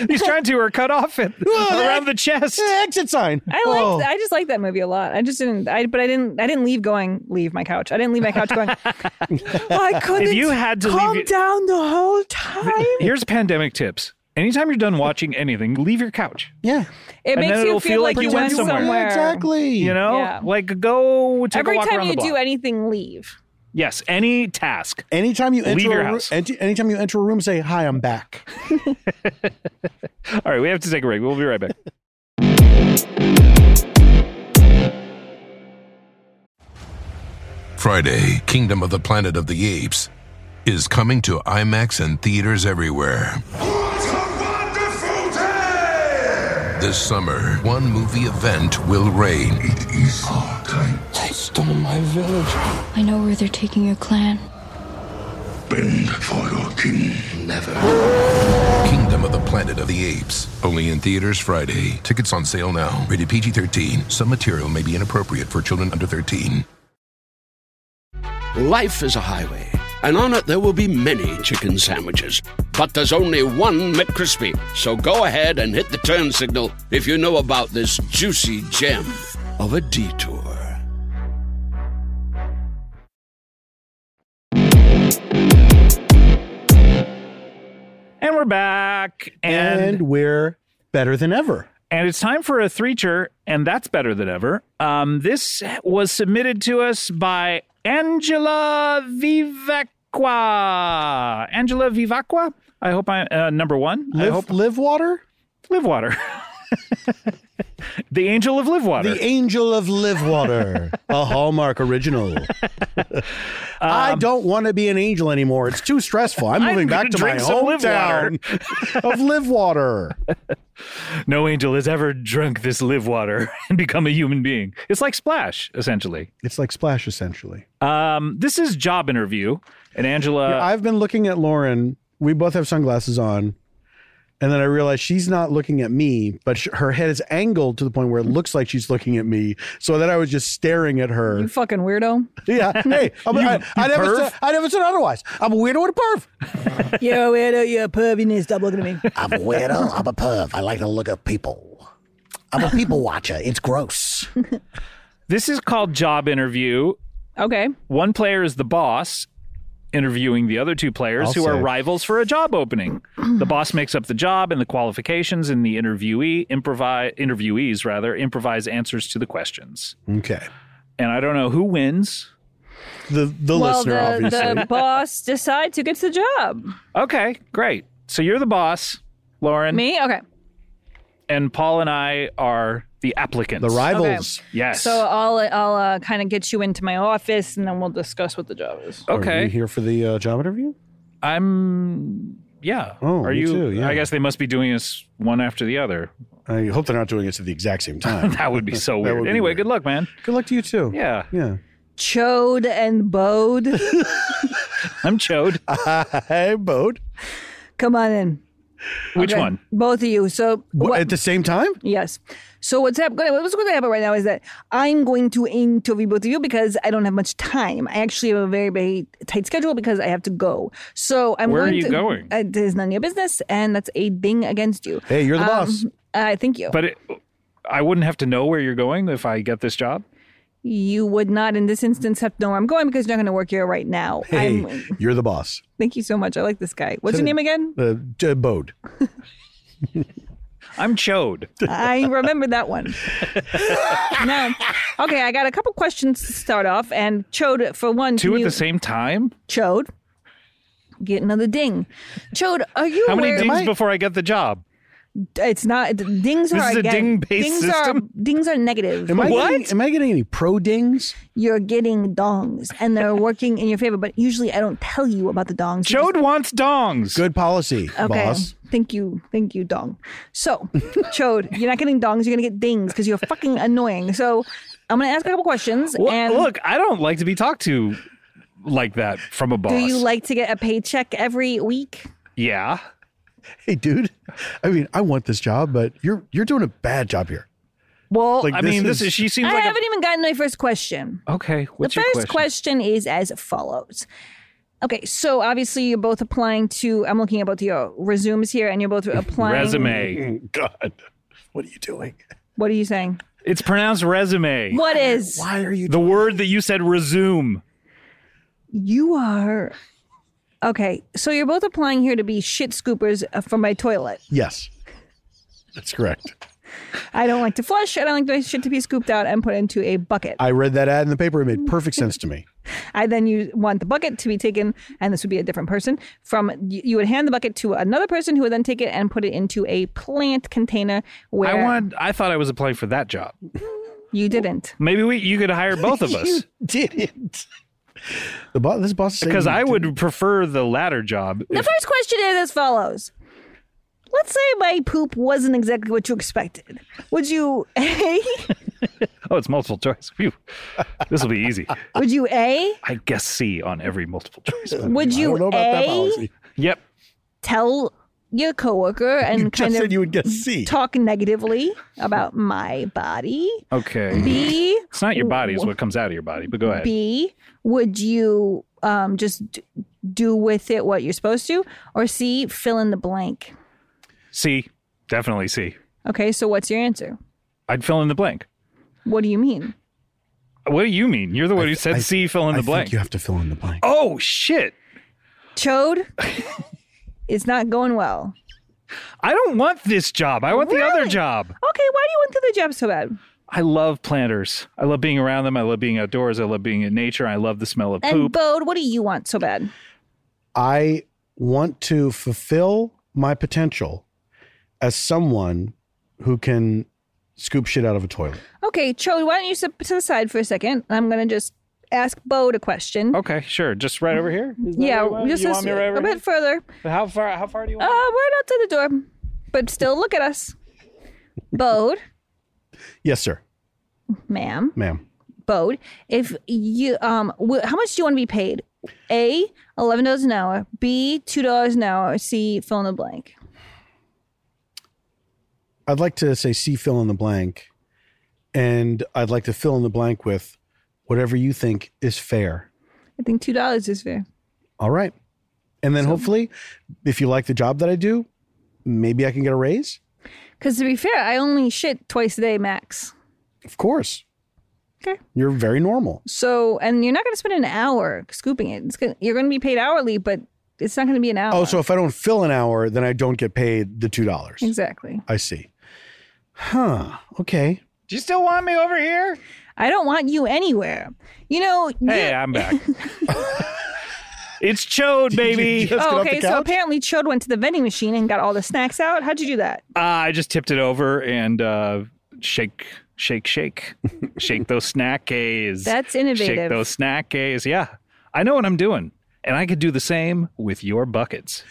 A: He's trying to or cut off it
C: that-
A: around the chest.
C: Exit sign.
B: I liked.
C: Oh.
B: I just liked that movie a lot. I just didn't. I but I didn't. I didn't leave going. Leave my couch. I didn't leave my couch going. I couldn't.
A: If you had to leave
B: calm
A: your-
B: down the whole time.
A: Here's pandemic tips. Anytime you're done watching anything, leave your couch.
C: Yeah.
B: It
A: And
B: makes
A: then
B: you
A: it'll
B: feel,
A: feel
B: like
A: like
B: you
A: you
B: went
A: went somewhere.
B: somewhere.
C: Yeah, exactly.
A: You know,
B: Yeah.
A: like go take
B: Every
A: a walk
B: time
A: around
B: you
A: the block.
B: do anything, leave.
A: yes, any task.
C: Anytime you enter
A: Leave your
C: a room,
A: house.
C: enti- anytime you enter a room, say hi. I'm back.
A: All right, we have to take a break. We'll be right back.
E: Friday, Kingdom of the Planet of the Apes. is coming to IMAX and theaters everywhere.
F: What a wonderful day!
E: This summer, one movie event will reign.
F: It is our time.
J: They stole my village.
H: I know where they're taking your clan.
F: Bend for your king.
J: Never.
E: Kingdom of the Planet of the Apes. Only in theaters Friday. Tickets on sale now. Rated PG 13. Some material may be inappropriate for children under 13.
I: Life is a highway, and on it there will be many chicken sandwiches. But there's only one McCrispy. So go ahead and hit the turn signal if you know about this juicy gem of a detour.
A: And we're back. And
C: and
A: and,
C: we're better than ever.
A: it's time for a threecher, and that's better than ever. Um, this was submitted to us by Angela Vivacqua. Angela Vivacqua. I hope I uh, number one. I
C: Live,
A: hope
C: live water?
A: live water. the angel of live water.
C: The angel of live water, a Hallmark original.
A: Um,
C: I don't want to be an angel anymore. It's too stressful. I'm
A: I'm
C: moving back
A: gonna
C: to my
A: drink some live water.
C: hometown of live water.
A: no angel has ever drunk this live water and become a human being. It's like splash, essentially.
C: It's like Splash, essentially.
A: Um, this is job interview, and Angela.
B: Uh,
C: I've been looking at Lauren. We both have sunglasses on. And then I realized she's not looking at me, but sh- her head is angled to the point where it looks like she's looking at me. So then I was just staring at her.
B: You fucking weirdo.
C: Yeah. Hey, I'm, I, I, never said, I never said otherwise. I'm a weirdo and a perv.
B: You're a weirdo. You're a perv. You need to stop looking at me.
J: I'm a weirdo. I'm a perv. I like to look at people. I'm a people watcher. It's gross.
A: this is called job interview.
B: Okay.
A: One player is the boss interviewing the other two players
C: I'll
A: who are
C: say.
A: rivals for a job opening. the boss makes up the job and the qualifications and the interviewee improvise interviewees rather improvise answers to the questions.
C: Okay.
A: And I don't know who wins.
C: The the
B: well,
C: listener,
B: the,
C: obviously.
B: the boss decides who gets the job.
A: Okay, great. So you're the boss, Lauren,
B: Me? Okay.
A: and Paul and I are the applicants.
C: The rivals.
A: Yes.
B: So I'll I'll uh, kind of get you into my office, and then we'll discuss what the job is.
C: Are you
A: okay.
C: here for the uh, job interview?
A: I'm yeah.
C: Oh,
A: are
C: me
A: you
C: too, yeah.
A: I guess they must be doing us one after the other.
C: I hope they're not doing it at the exact same time.
A: That would be so
C: That
A: weird.
C: would be
A: anyway,
C: weird.
A: good luck, man.
C: Good luck to you too.
A: Yeah.
C: Yeah.
B: Chode and Bode,
A: I'm Chode.
C: Hey, Bode.
B: come on in.
A: Which
B: Okay,
A: one?
B: Both of you. So
C: What?
B: what-
C: At the same time?
B: Yes. So what's happening? What's going to happen right now is that I'm going to interview both of you because I don't have much time. I actually have a very very tight schedule because I have to go. So I'm.
A: Where are
B: going
A: you
B: to,
A: going?
B: Uh, it is none of your business, and that's a ding against you.
C: Hey, you're the boss.
B: Uh, thank you.
A: But it, I wouldn't have to know where you're going if I get this job.
B: you would not, in this instance, have to know where I'm going because you're not going to work here right now.
C: Hey,
B: I'm,
C: you're the boss.
B: thank you so much. I like this guy. What's your name again?
C: Uh, J- Bode.
A: I'm Chode.
B: I remember that one. no. Okay, I got a couple questions to start off. And Chode, for one,
A: Two
B: can
A: at
B: you-
A: the same time?
B: Chode, get another ding. Chode, are you
A: How many
B: aware?
A: dings before I get the job?
B: It's not dings are
A: This is a
B: again-
A: ding-based
B: dings
A: system?
B: are dings are negative.
C: Am I
A: What?
C: Getting, am I getting any pro dings?
B: You're getting dongs, and they're working in your favor. But usually, I don't tell you about the dongs. You
A: Chode wants dongs.
C: Good policy,
B: Okay.
C: boss.
B: Thank you. Thank you, Dong. So, Chode, you're not getting dongs, you're going to get dings because you're fucking annoying. So, I'm going to ask a couple questions.
A: Well,
B: and
A: look, I don't like to be talked to like that from a boss.
B: do you like to get a paycheck every week?
A: Yeah.
C: Hey, dude. I mean, I want this job, but you're you're doing a bad job here.
A: Well,
C: Like,
A: I
C: this
A: mean, this
C: is-
A: is she seems
B: I
A: like
B: haven't even gotten my first question.
A: a, okay. What's
B: the
A: your
B: first question? is as follows. Okay, so obviously you're both applying to. I'm looking at both your resumes here, and you're both applying.
A: Resume.
C: God, what are you doing?
B: What are you saying?
A: It's pronounced resume.
B: What is?
C: Why are you?
A: The word that you said resume.
B: You are. Okay, so you're both applying here to be shit scoopers uh, for my toilet.
C: yes, that's correct.
B: I don't like to flush. I don't like my shit to be scooped out and put into a bucket. I,
C: I read that ad in the paper. It made perfect sense to me.
B: then you want the bucket to be taken, and this would be a different person. From you you would hand the bucket to another person who would then take it and put it into a plant container where
A: I want I thought I was applying for that job.
B: you didn't.
A: Maybe we you could hire both of us.
C: didn't. The boss, this boss is saying
A: Because
C: you
A: I
C: did-
A: would prefer the latter job.
B: The
A: If-
B: first question is as follows. Let's say my poop wasn't exactly what you expected. Would you A?
A: oh, it's multiple choice. Phew. This will be easy.
B: Would you A?
A: I guess C on every multiple choice.
B: Would
C: I
B: you
C: don't know about that
B: A
C: policy.
A: Yep.
B: tell your coworker and
C: You
B: kind
C: just
B: of
C: said you would get C.
B: talk negatively about my body?
A: Okay.
B: B
A: It's not your body, it's what comes out of your body, but go ahead.
B: B would you um just d- do with it what you're supposed to or C fill in the blank?
A: C. Definitely C.
B: Okay, so what's your answer?
A: I'd fill in the blank.
B: What do you mean?
A: What do you mean? You're the one who said
C: I-
A: C, fill in
C: I
A: the
C: think
A: blank.
C: you have to fill in the blank.
A: Oh, shit.
B: Chode? it's not going well.
A: I don't want this job. I want the other
B: Really?
A: job.
B: Okay, why do you want to do the job so bad?
A: I love planters. I love being around them. I love being outdoors. I love being in nature. I love the smell of
B: And
A: poop.
B: Bode, what do you want so bad?
C: I want to fulfill my potential as someone who can scoop shit out of a toilet.
B: Okay, Chode, why don't you step to the side for a second? I'm gonna just ask Bode a question.
A: okay, sure. Just right over here. Is that
B: yeah,
A: where you want-
B: just
A: you
B: a,
A: want me right over
B: a bit further.
A: here? How far? How far do you
B: Uh,
A: want?
B: right outside the door, but still look at us. Bode,
C: Yes, sir,
B: ma'am,
C: ma'am.
B: Bode, if you um, wh- how much do you want to be paid? A, eleven dollars an hour. B, two dollars an hour. C, fill in the blank.
C: I'd like to say C fill in the blank, and I'd like to fill in the blank with whatever you think is fair.
B: I think two dollars is fair.
C: All right. And then hopefully, if you like the job that I do, maybe I can get a raise.
B: Because to be fair, I only shit twice a day max.
C: Of course.
B: Okay.
C: You're very normal.
B: So, and you're not going to spend an hour scooping it. It's gonna, you're going to be paid hourly, but it's not going to be an hour.
C: Oh, so if I don't fill an hour, then I don't get paid the $2.
B: exactly.
C: I see. Huh. Okay.
A: Do you still want me over here?
B: I don't want you anywhere. You know.
A: Hey,
B: you-
A: I'm back. it's chode, baby.
C: just get
B: oh,
C: off the
B: okay. So
C: couch?
B: apparently, Chode went to the vending machine and got all the snacks out. How'd you do that?
A: Uh, I just tipped it over and uh, shake, shake, shake, shake those snack A's.
B: That's
A: Shake
B: innovative.
A: those snack A's. Yeah, I know what I'm doing, and I could do the same with your buckets.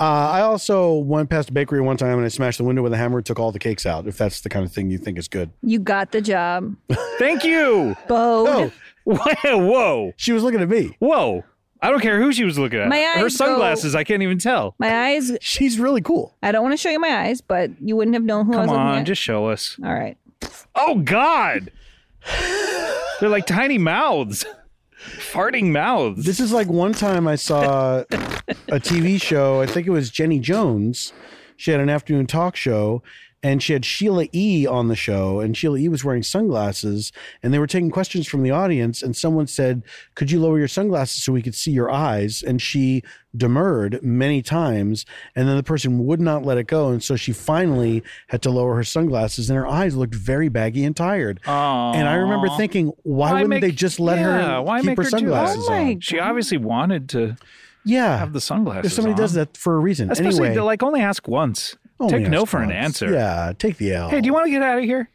C: Uh, I also went past a bakery one time and I smashed the window with a hammer and took all the cakes out, if that's the kind of thing you think is good.
B: You got the job,
A: Thank you.
B: Bode.
C: Oh,
A: whoa,
C: she was looking at me.
A: whoa! I don't care who she was looking at.
B: My eyes
A: Her
B: go-
A: sunglasses, I can't even tell.
B: My eyes.
C: She's really cool.
B: I don't want to show you my eyes, but you wouldn't have known who I was
A: Come
B: looking
A: on,
B: at.
A: just show us.
B: all right.
A: Oh God, they're like tiny mouths, farting mouths.
C: This is like one time I saw a TV show. I think it was Jenny Jones. She had an afternoon talk show and she had Sheila E. on the show. And Sheila E. was wearing sunglasses and they were taking questions from the audience. And someone said, Could you lower your sunglasses so we could see your eyes? And she demurred many times. And then the person would not let it go. And so she finally had to lower her sunglasses and her eyes looked very baggy and tired. And I remember thinking, Why,
A: Why
C: wouldn't
A: make-
C: they just let
A: yeah,
C: her
A: why
C: keep
A: make
C: her
A: her do that?
C: sunglasses
B: Oh
C: on?
B: my
A: she obviously wanted to
C: Yeah.
A: have the sunglasses.
C: if somebody does
A: on.
C: that for a reason.
A: especially
C: anyway, oh,
A: like only ask once.
C: only
A: Take no
C: ask
A: for an
C: once.
A: answer.
C: Yeah, take the L.
A: Hey, do you want to get out of here?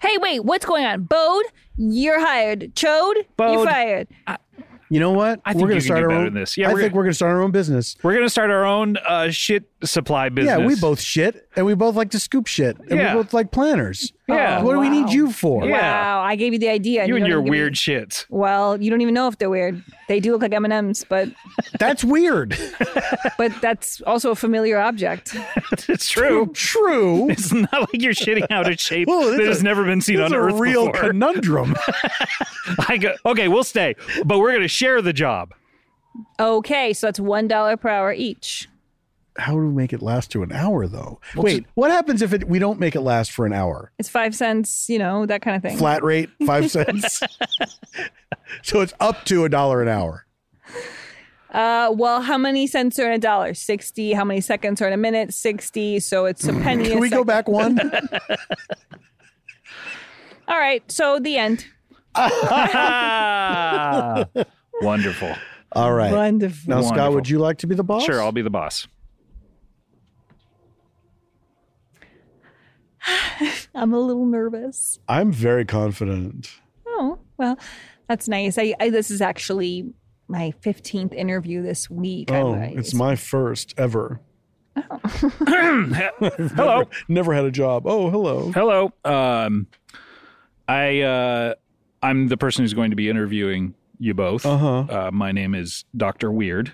B: Hey, wait. What's going on, Bode? You're hired. Chode, you're
A: Bode.
B: fired.
C: You know what?
A: I think
C: we're gonna
A: you can
C: start
A: do
C: our
A: better
C: own.
A: than this. Yeah,
C: I
A: we're
C: think
A: gonna-
C: we're going to start our own business.
A: We're gonna start our own uh, shit supply business.
C: Yeah, we both shit, and we both like to scoop shit, and
A: Yeah.
C: we both like planners. Oh,
A: Yeah.
C: what do we need you for?
A: Yeah.
B: Oh, Wow, I gave you the idea.
A: You and
B: don't
A: your
B: even give me-
A: weird shits.
B: Well, you don't even know if they're weird. They do look like M and M's, but
C: That's weird.
B: but that's also a familiar object.
A: it's true.
C: True.
A: It's not like you're shitting out a shape
C: Whoa,
A: that
C: this
A: has
C: is-
A: never been seen
C: That's
A: on
C: a
A: Earth
C: real
A: before.
C: conundrum.
A: I go, okay, we'll stay, but we're gonna share the job.
B: Okay, so that's one dollar per hour each.
C: How do we make it last to an hour, though? Wait,
A: just-
C: what happens if it, we don't make it last for an hour?
B: It's five cents, you know, that kind of thing.
C: Flat rate, five cents. so it's up to a dollar an hour.
B: Uh, well, how many cents are in a dollar? Sixty. How many seconds are in a minute? Sixty. So it's a penny.
C: Mm, Can
B: a
C: we go
B: second.
C: back one?
B: All right. So the end.
A: Ah, wonderful.
C: All right.
B: Wonderful.
C: Now, Scott,
A: Wonderful.
C: would you like to be the boss?
A: Sure, I'll be the boss.
B: I'm a little nervous.
C: I'm very confident.
B: Oh well, that's nice. I, I this is actually my 15th interview this week. I'm,
C: Oh,
B: uh,
C: it's my first ever.
A: Hello.
C: Never had a job. Oh, hello.
A: Hello. Um, I uh, I'm the person who's going to be interviewing you both.
C: Uh-huh.
A: Uh, my name is Doctor Weird.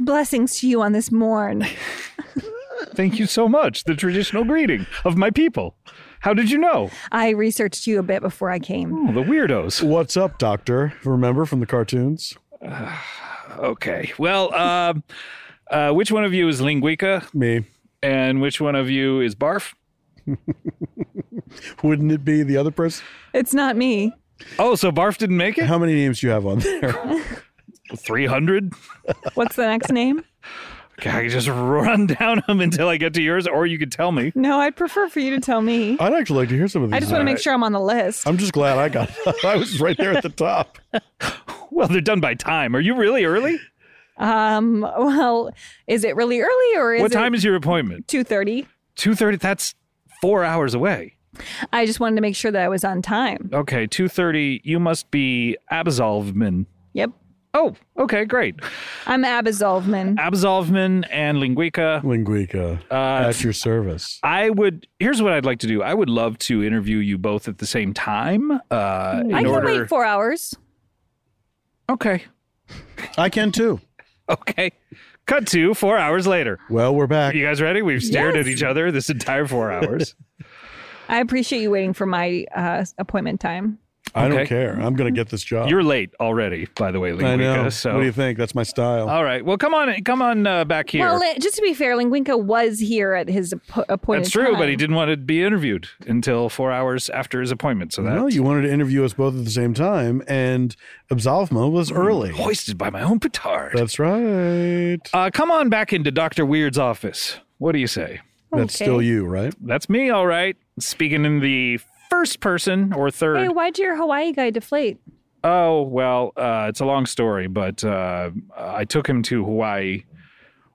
B: blessings to you on this morn.
A: Thank you so much. The traditional greeting of my people. How did you know?
B: I researched you a bit before I came.
A: Oh, the weirdos.
C: What's up, Doctor? Remember from the cartoons?
A: Okay. Well, um, uh, which one of you is Linguica
C: Me.
A: and which one of you is Barf?
C: Wouldn't it be the other person?
B: It's not me.
A: Oh, so Barf didn't make it?
C: How many names do you have on there?
A: 300?
B: What's the next name?
A: Okay, I can just run down them until I get to yours, or you could tell me.
B: No, I'd prefer for you to tell me.
C: I'd actually like to hear some of these.
B: I just want to make
C: names.
B: sure I'm on the list.
C: I'm just glad I got. I was right there at the top.
A: Well, they're done by time. Are you really early?
B: Um, well, is it really early or is
A: what time
B: it
A: is your appointment?
B: 2:30?
A: 2.30. That's four hours away.
B: I just wanted to make sure that I was on time.
A: Okay, 2.30. You must be Absolvman.
B: Yep.
A: Oh, okay, great.
B: I'm Abazolvman.
A: Absolvman and Linguica.
C: Linguica,
A: Uh,
C: at your service.
A: I would. Here's what I'd like to do. I would love to interview you both at the same time. Uh, in
B: I can
A: order.
B: wait 4 hours.
A: okay.
C: I can too.
A: Okay. Cut to four hours later.
C: Well, we're back.
A: You guys ready? We've stared at
B: Yes.
A: each other this entire four hours.
B: I appreciate you waiting for my uh, appointment time.
C: I don't
A: Okay.
C: care. I'm going to get this job.
A: You're late already, by the way, Linguica.
C: I know.
A: So.
C: What do you think? That's my style.
A: all right. Well, come on, come on uh, back here.
B: Well, li- just to be fair, Linguinka was here at his app- appointed
A: That's true, but he
B: time.
A: didn't want to be interviewed until four hours after his appointment. So that's
C: well, you wanted to interview us both at the same time, and Absolvmo
A: Hmm.
C: was early.
A: hoisted by my own petard.
C: That's right.
A: uh, come on back into Doctor Weird's office. What do you say?
C: That's
B: Okay.
C: still you, right?
A: That's me, all right. Speaking in the first person or third.
B: Hey, why'd your Hawaii guy deflate?
A: oh, well, uh, it's a long story, but uh, I took him to Hawaii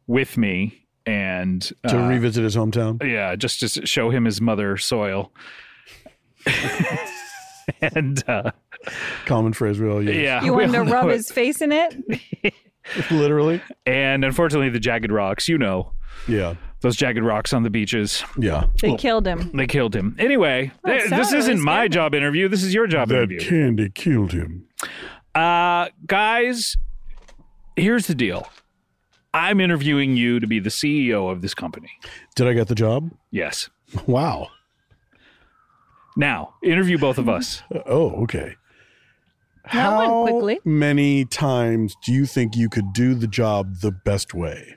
A: with me and
C: To
A: uh,
C: revisit his hometown.
A: yeah, just to show him his mother soil. and uh,
C: Common phrase we all use.
A: yeah,
B: You
A: we
B: wanted to
A: all know
B: rub
A: it.
B: his face in it?
C: Literally.
A: And unfortunately, the jagged rocks, you know,
C: Yeah.
A: those jagged rocks on the beaches,
C: Yeah.
B: They killed him.
A: they killed him. Anyway,
B: Oh,
A: th- this
B: sorry,
A: isn't my
B: Stanley.
A: job interview. This is your job interview.
C: candy killed him.
A: Uh, guys, here's the deal. I'm interviewing you to be the CEO of this company.
C: Did I get the job?
A: Yes.
C: Wow.
A: Now, interview both of us.
C: Oh, okay.
B: That went
C: How
B: quickly.
C: many times do you think you could do the job the best way?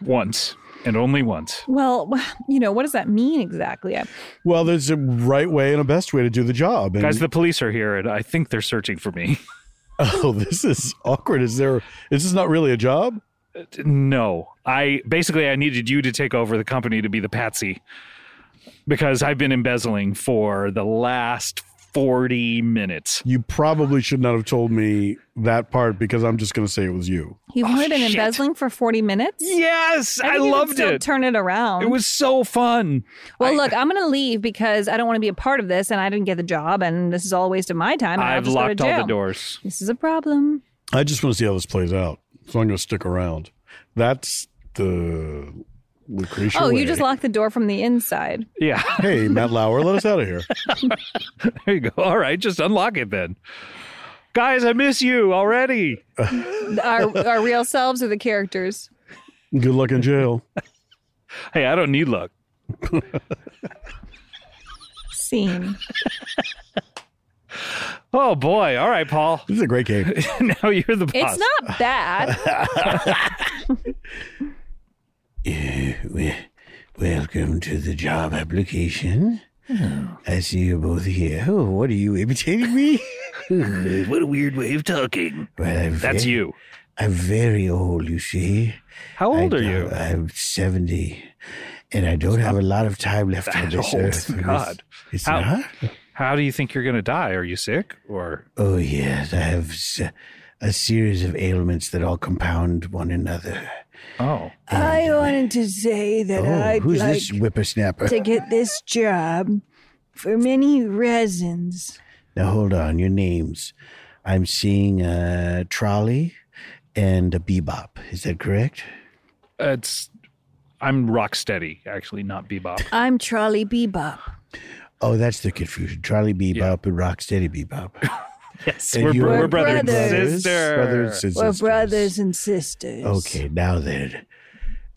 A: Once and only once.
B: Well, you know, what does that mean exactly? I-
C: Well, there's a right way and a best way to do the job. And
A: Guys, the police are here and I think they're searching for me.
C: oh, this is awkward. Is there? Is this not really a job?
A: no. I basically I needed you to take over the company to be the patsy because I've been embezzling for the last 40 minutes.
C: You probably should not have told me that part because I'm just going to say it was you.
B: He wanted an
A: Oh, shit.
B: embezzling for 40 minutes?
A: Yes, I,
B: think you could
A: loved
B: still
A: it.
B: Turn it around.
A: it was so fun.
B: well, look, I'm going to leave because I don't want to be a part of this, and I didn't get the job, and this is all a waste of my time. and I'll
A: I've
B: just go to
A: locked all the
B: jail.
A: doors.
B: This is a problem.
C: I just want to see how this plays out, so I'm going to stick around. That's the Lucretia.
B: oh,
C: way.
B: you just locked the door from the inside.
A: Yeah.
C: Hey, Matt Lauer, let us out of here.
A: There you go. All right, just unlock it then. Guys, I miss you already.
B: Our, our real selves are the characters.
C: Good luck in jail.
A: Hey, I don't need luck.
B: Scene.
A: Oh boy. All right, Paul.
C: This is a great game.
A: now you're the boss.
B: It's not bad.
J: Welcome to the job application.
A: Oh.
J: I see you both here. Oh, what are you imitating me?
A: What a weird way of talking.
J: well, I'm
A: That's
J: ve-
A: you.
J: I'm very old, you see.
A: How old
J: I
A: are you?
J: don't- I'm 70, and I don't have a lot of time left on
A: that
J: this
A: old.
J: earth. It's-
A: God.
J: It's
A: How-
J: not?
A: How do you think you're going to die? Are you sick or
J: Oh, yes. I have s- a series of ailments that all compound one another.
A: Oh.
G: I wanted to say that
J: oh,
G: I'd
J: who's
G: like
J: this whippersnapper?
G: to get this job for many reasons.
J: Now hold on, your names.
C: I'm seeing a trolley and a bebop. Is that correct?
A: It's I'm Rocksteady, actually, not Bebop.
B: I'm Charlie Bebop.
C: Oh, that's the confusion. Trolley bebop and rocksteady bebop.
A: Yes,
C: And
A: we're,
C: you
A: bro-
C: are
A: we're brother and
B: brothers.
A: sister.
C: Brothers and sisters.
B: and sisters.
C: Okay, now then,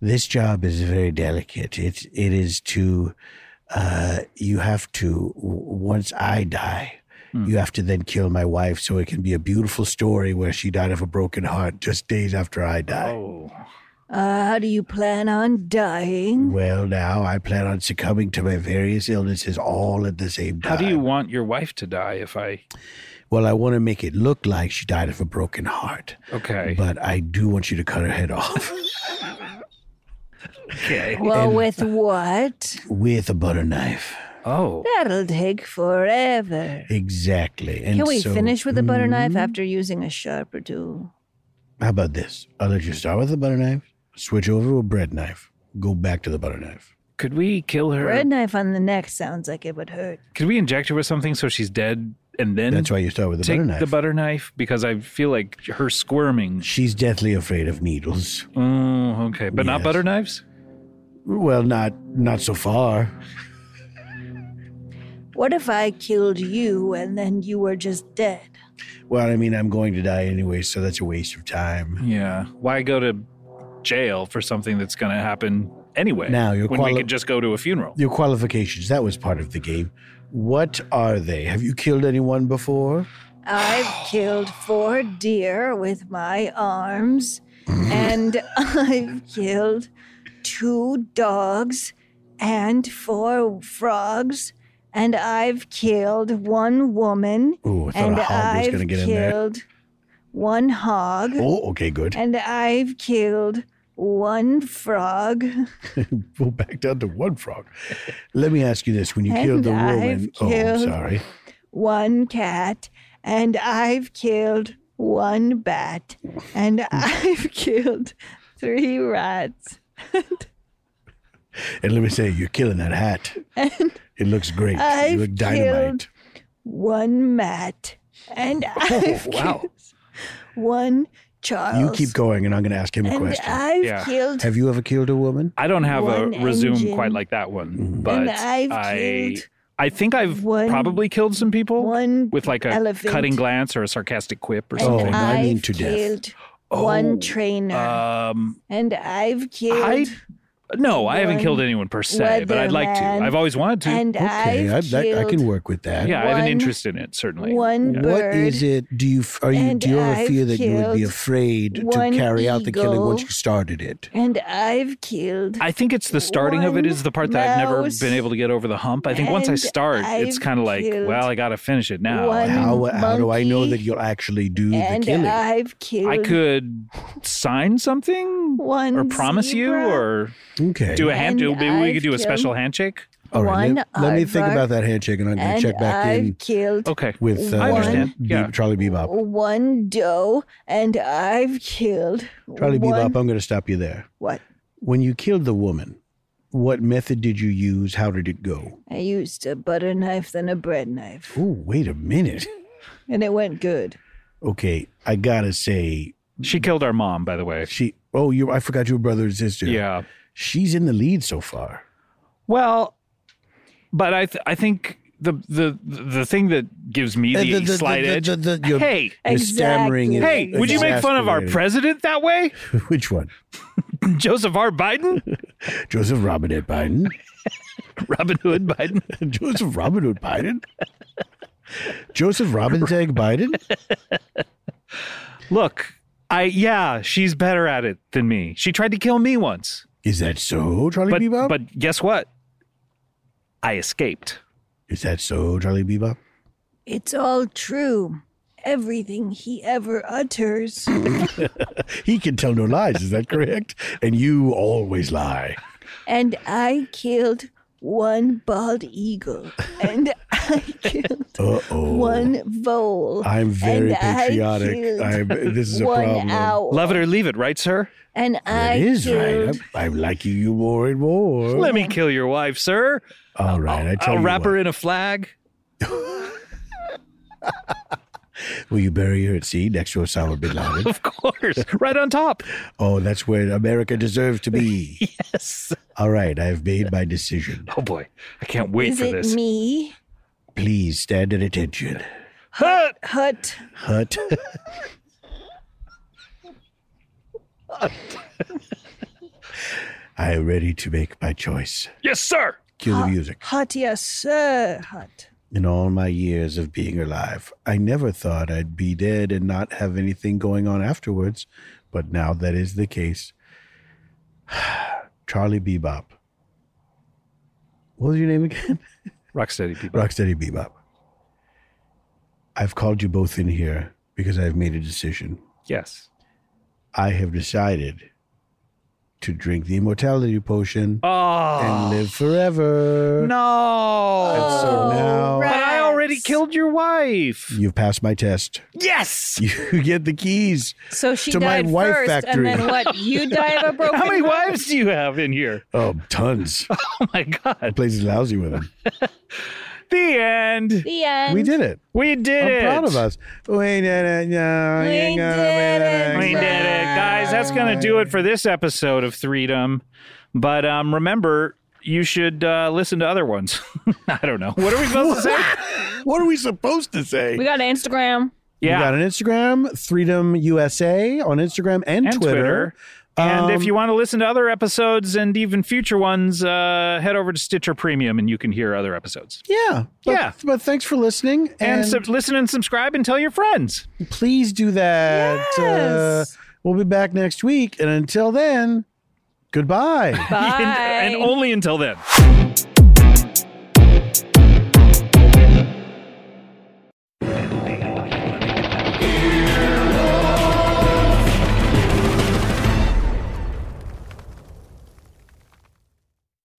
C: this job is very delicate. It it is to, uh, you have to w- once I die, you have to then kill my wife, so it can be a beautiful story where she died of a broken heart just days after I die.
A: Oh,
B: Uh, how do you plan on dying?
C: Well, now I plan on succumbing to my various illnesses all at the same time.
A: how do you want your wife to die? If I
C: Well, I want to make it look like she died of a broken heart,
A: okay,
C: but I do want you to cut her head off
A: okay.
B: Well, with what?
C: with a butter knife.
A: Oh,
B: That'll take forever.
C: Exactly. And
B: Can we
C: so-
B: finish with a butter knife
C: Mm.
B: after using a sharp or two?
C: How about this? I'll let you start with the butter knife, switch over to a bread knife, go back to the butter knife.
A: could we kill her?
B: Bread knife on the neck sounds like it would hurt.
A: Could we inject her with something so she's dead, and then
C: That's why you start with the
A: take
C: butter knife.
A: the butter knife? Because I feel like her squirming.
C: She's deathly afraid of needles.
A: Oh, okay, but not
C: Yes.
A: butter knives.
C: Well, not not so far.
B: What if I killed you and then you were just dead?
C: Well, I mean, I'm going to die anyway, so that's a waste of time.
A: Yeah. Why go to jail for something that's going to happen anyway?
C: Now, you're
A: when we
C: quali-
A: could just go to a funeral.
C: Your qualifications, that was part of the game. What are they? Have you killed anyone before?
B: I've killed four deer with my arms, and I've killed two dogs and four frogs, and I've killed one woman,
C: Oh, I thought
B: and
C: a hog was
B: I've
C: going to get in there.
B: killed one hog,
C: Oh, okay, good.
B: and I've killed one frog,
C: Go back down to one frog. Let me ask you this: When you
B: And
C: killed the
B: I've
C: whirlwind, oh, I'm
B: killed-
C: sorry.
B: one cat, and I've killed one bat, and I've killed three rats.
C: And let me say, you're killing that hat.
B: And
C: It looks great. you
B: I've
C: look dynamite.
B: one Matt, and I've
A: wow.
B: killed one Charles.
C: Oh, You keep going, and I'm going to ask him a
B: And
C: question.
B: I've
A: Yeah.
B: killed.
C: Have you ever killed a woman?
A: I don't have
B: One
A: a resume
B: engine.
A: quite like that one, but
B: and I've
A: I
B: killed
A: I think I've
B: one-
A: probably killed some people
B: one
A: with like a
B: elephant.
A: cutting glance or a sarcastic quip or
B: and
C: Oh,
A: something.
C: no, I mean
B: I've
C: to death.
B: killed
A: Oh,
B: one trainer,
A: um,
B: and I've killed.
A: I no, I haven't
B: one
A: killed anyone per se, but I'd like to.
B: weatherman
A: I've always wanted to.
B: and
C: Okay, I,
B: I've
C: that, I can
B: killed
C: work with that.
A: yeah, I have an
B: one-
A: interest in it certainly.
B: one bird.
C: What is it? Do you f- are you
B: And
C: do you ever
B: I've
C: fear that you would be
B: killed
C: afraid to
B: one
C: carry out the killing once
B: eagle.
C: you started it?
B: And I've killed.
A: I think it's the starting of it
B: one
A: is the part that I've never
B: mouse,
A: been able to get over the hump. I think once I
B: and
A: start, it's
B: I've
A: kind of like,
B: killed
A: well, I got to finish it now.
B: one
C: How, how do I know
B: monkey,
C: that you'll actually do the
B: and
C: killing?
B: I've killed.
A: I could sign something
B: One
A: or promise you
B: zebra.
A: or
C: okay.
A: do a hand do
B: And
A: maybe we
B: I've
A: could do a
B: killed-
A: special handshake.
C: All right. Let,
B: one
C: let me think
B: aardvark,
C: about that handshake, and I'm going to
B: and
C: check back
B: I've
C: in
B: killed
A: Okay.
C: with uh,
A: I understand.
C: Be-
A: Yeah.
C: Charlie Bebop.
B: one doe, and I've killed
C: Charlie
B: one,
C: Bebop, I'm going to stop you there.
B: What?
C: When you killed the woman, what method did you use? How did it go?
B: I used a butter knife, then a bread knife,
C: Oh, wait a minute.
B: and it went good.
C: Okay, I gotta say,
A: She killed our mom, by the way.
C: she. Oh, you. I forgot you were brother and sister.
A: Yeah.
C: she's in the lead so far.
A: Well, but I th- I think the the the thing that gives me the,
C: Uh, the- the-
A: slight
C: the-
A: edge.
C: the- the- your-
A: hey,
C: You're stammering. and
A: hey, would you make fun of our
C: exasperated.
A: president that way,
C: Which one?
A: Joseph R. Biden,
C: Joseph Robinette Biden.
A: Robin Hood Biden?
C: Joseph Robin Hood Biden. Joseph Robin Egg Biden.
A: Look, I yeah, she's better at it than me. She tried to kill me once,
C: Is that so, Charlie
A: but
C: Bebop?
A: but guess what? I escaped.
C: Is that so, Charlie Bebop?
B: It's all true. Everything he ever utters.
C: He can tell no lies. Is that correct? And you always lie.
B: and I killed one bald eagle, and I killed
C: Uh oh.
B: one vole.
C: I'm very
B: and I
C: patriotic.
B: killed
C: I'm, this is a
B: one
C: problem.
B: owl.
A: Love it or leave it, right, sir?
B: And I
C: That is
B: killed
C: right. I'm, I'm liking you more and more.
A: Let me kill your wife, sir.
C: All Oh. right, I tell
A: I'll
C: you
A: wrap
C: what.
A: her in a flag.
C: Will you bury her at sea next to Osama bin Laden?
A: Of course, right on top.
C: oh, that's where America deserves to be.
A: Yes.
C: All right, I've made my decision.
A: Oh boy, I can't wait
B: Is
A: for
B: it
A: this.
B: me?
C: Please stand at attention.
A: Hut!
B: Hut.
C: Hut. I am ready to make my choice.
A: yes, sir.
C: Cue the music.
B: Hut, yes, sir. Hut.
C: In all my years of being alive, I never thought I'd be dead and not have anything going on afterwards, but now that is the case. Charlie Bebop. What was your name again?
A: Rocksteady people.
C: Rocksteady Bebop. I've called you both in here because I've made a decision.
A: Yes.
C: I have decided to drink the immortality potion and
A: Oh
C: live
A: no!
C: forever. And
B: Oh,
C: so now
A: But I already killed your wife.
C: you've passed my test.
A: Yes.
C: You get the keys.
B: So she
C: To my
B: died
C: wife
B: first,
C: factory.
B: and then what? You die of a broken.
A: How many
B: heart?
A: wives do you have in here?
C: Oh, tons.
A: Oh my god!
C: Plays is lousy with them.
A: The end.
B: The end.
C: We did it.
A: We did
C: I'm
A: it.
C: proud of us. We did it. Yeah,
B: We
C: yeah,
B: did it.
A: We did it, guys. That's going to do it for this episode of Freedom. But um, remember, you should uh, listen to other ones. I don't know. What are we supposed to say?
C: What are we supposed to say?
B: We got an Instagram.
A: Yeah.
C: We got an Instagram, Freedom USA on Instagram and,
A: and Twitter. And
C: Um,
A: if you want to listen to other episodes and even future ones, uh, head over to Stitcher Premium and you can hear other episodes.
C: Yeah. But,
A: Yeah.
C: But thanks for listening.
A: And,
C: And,
A: sub- listen and subscribe and tell your friends.
C: please do that.
B: Yes.
C: Uh, we'll be back next week. And until then, goodbye.
B: Bye.
A: And, and only until then.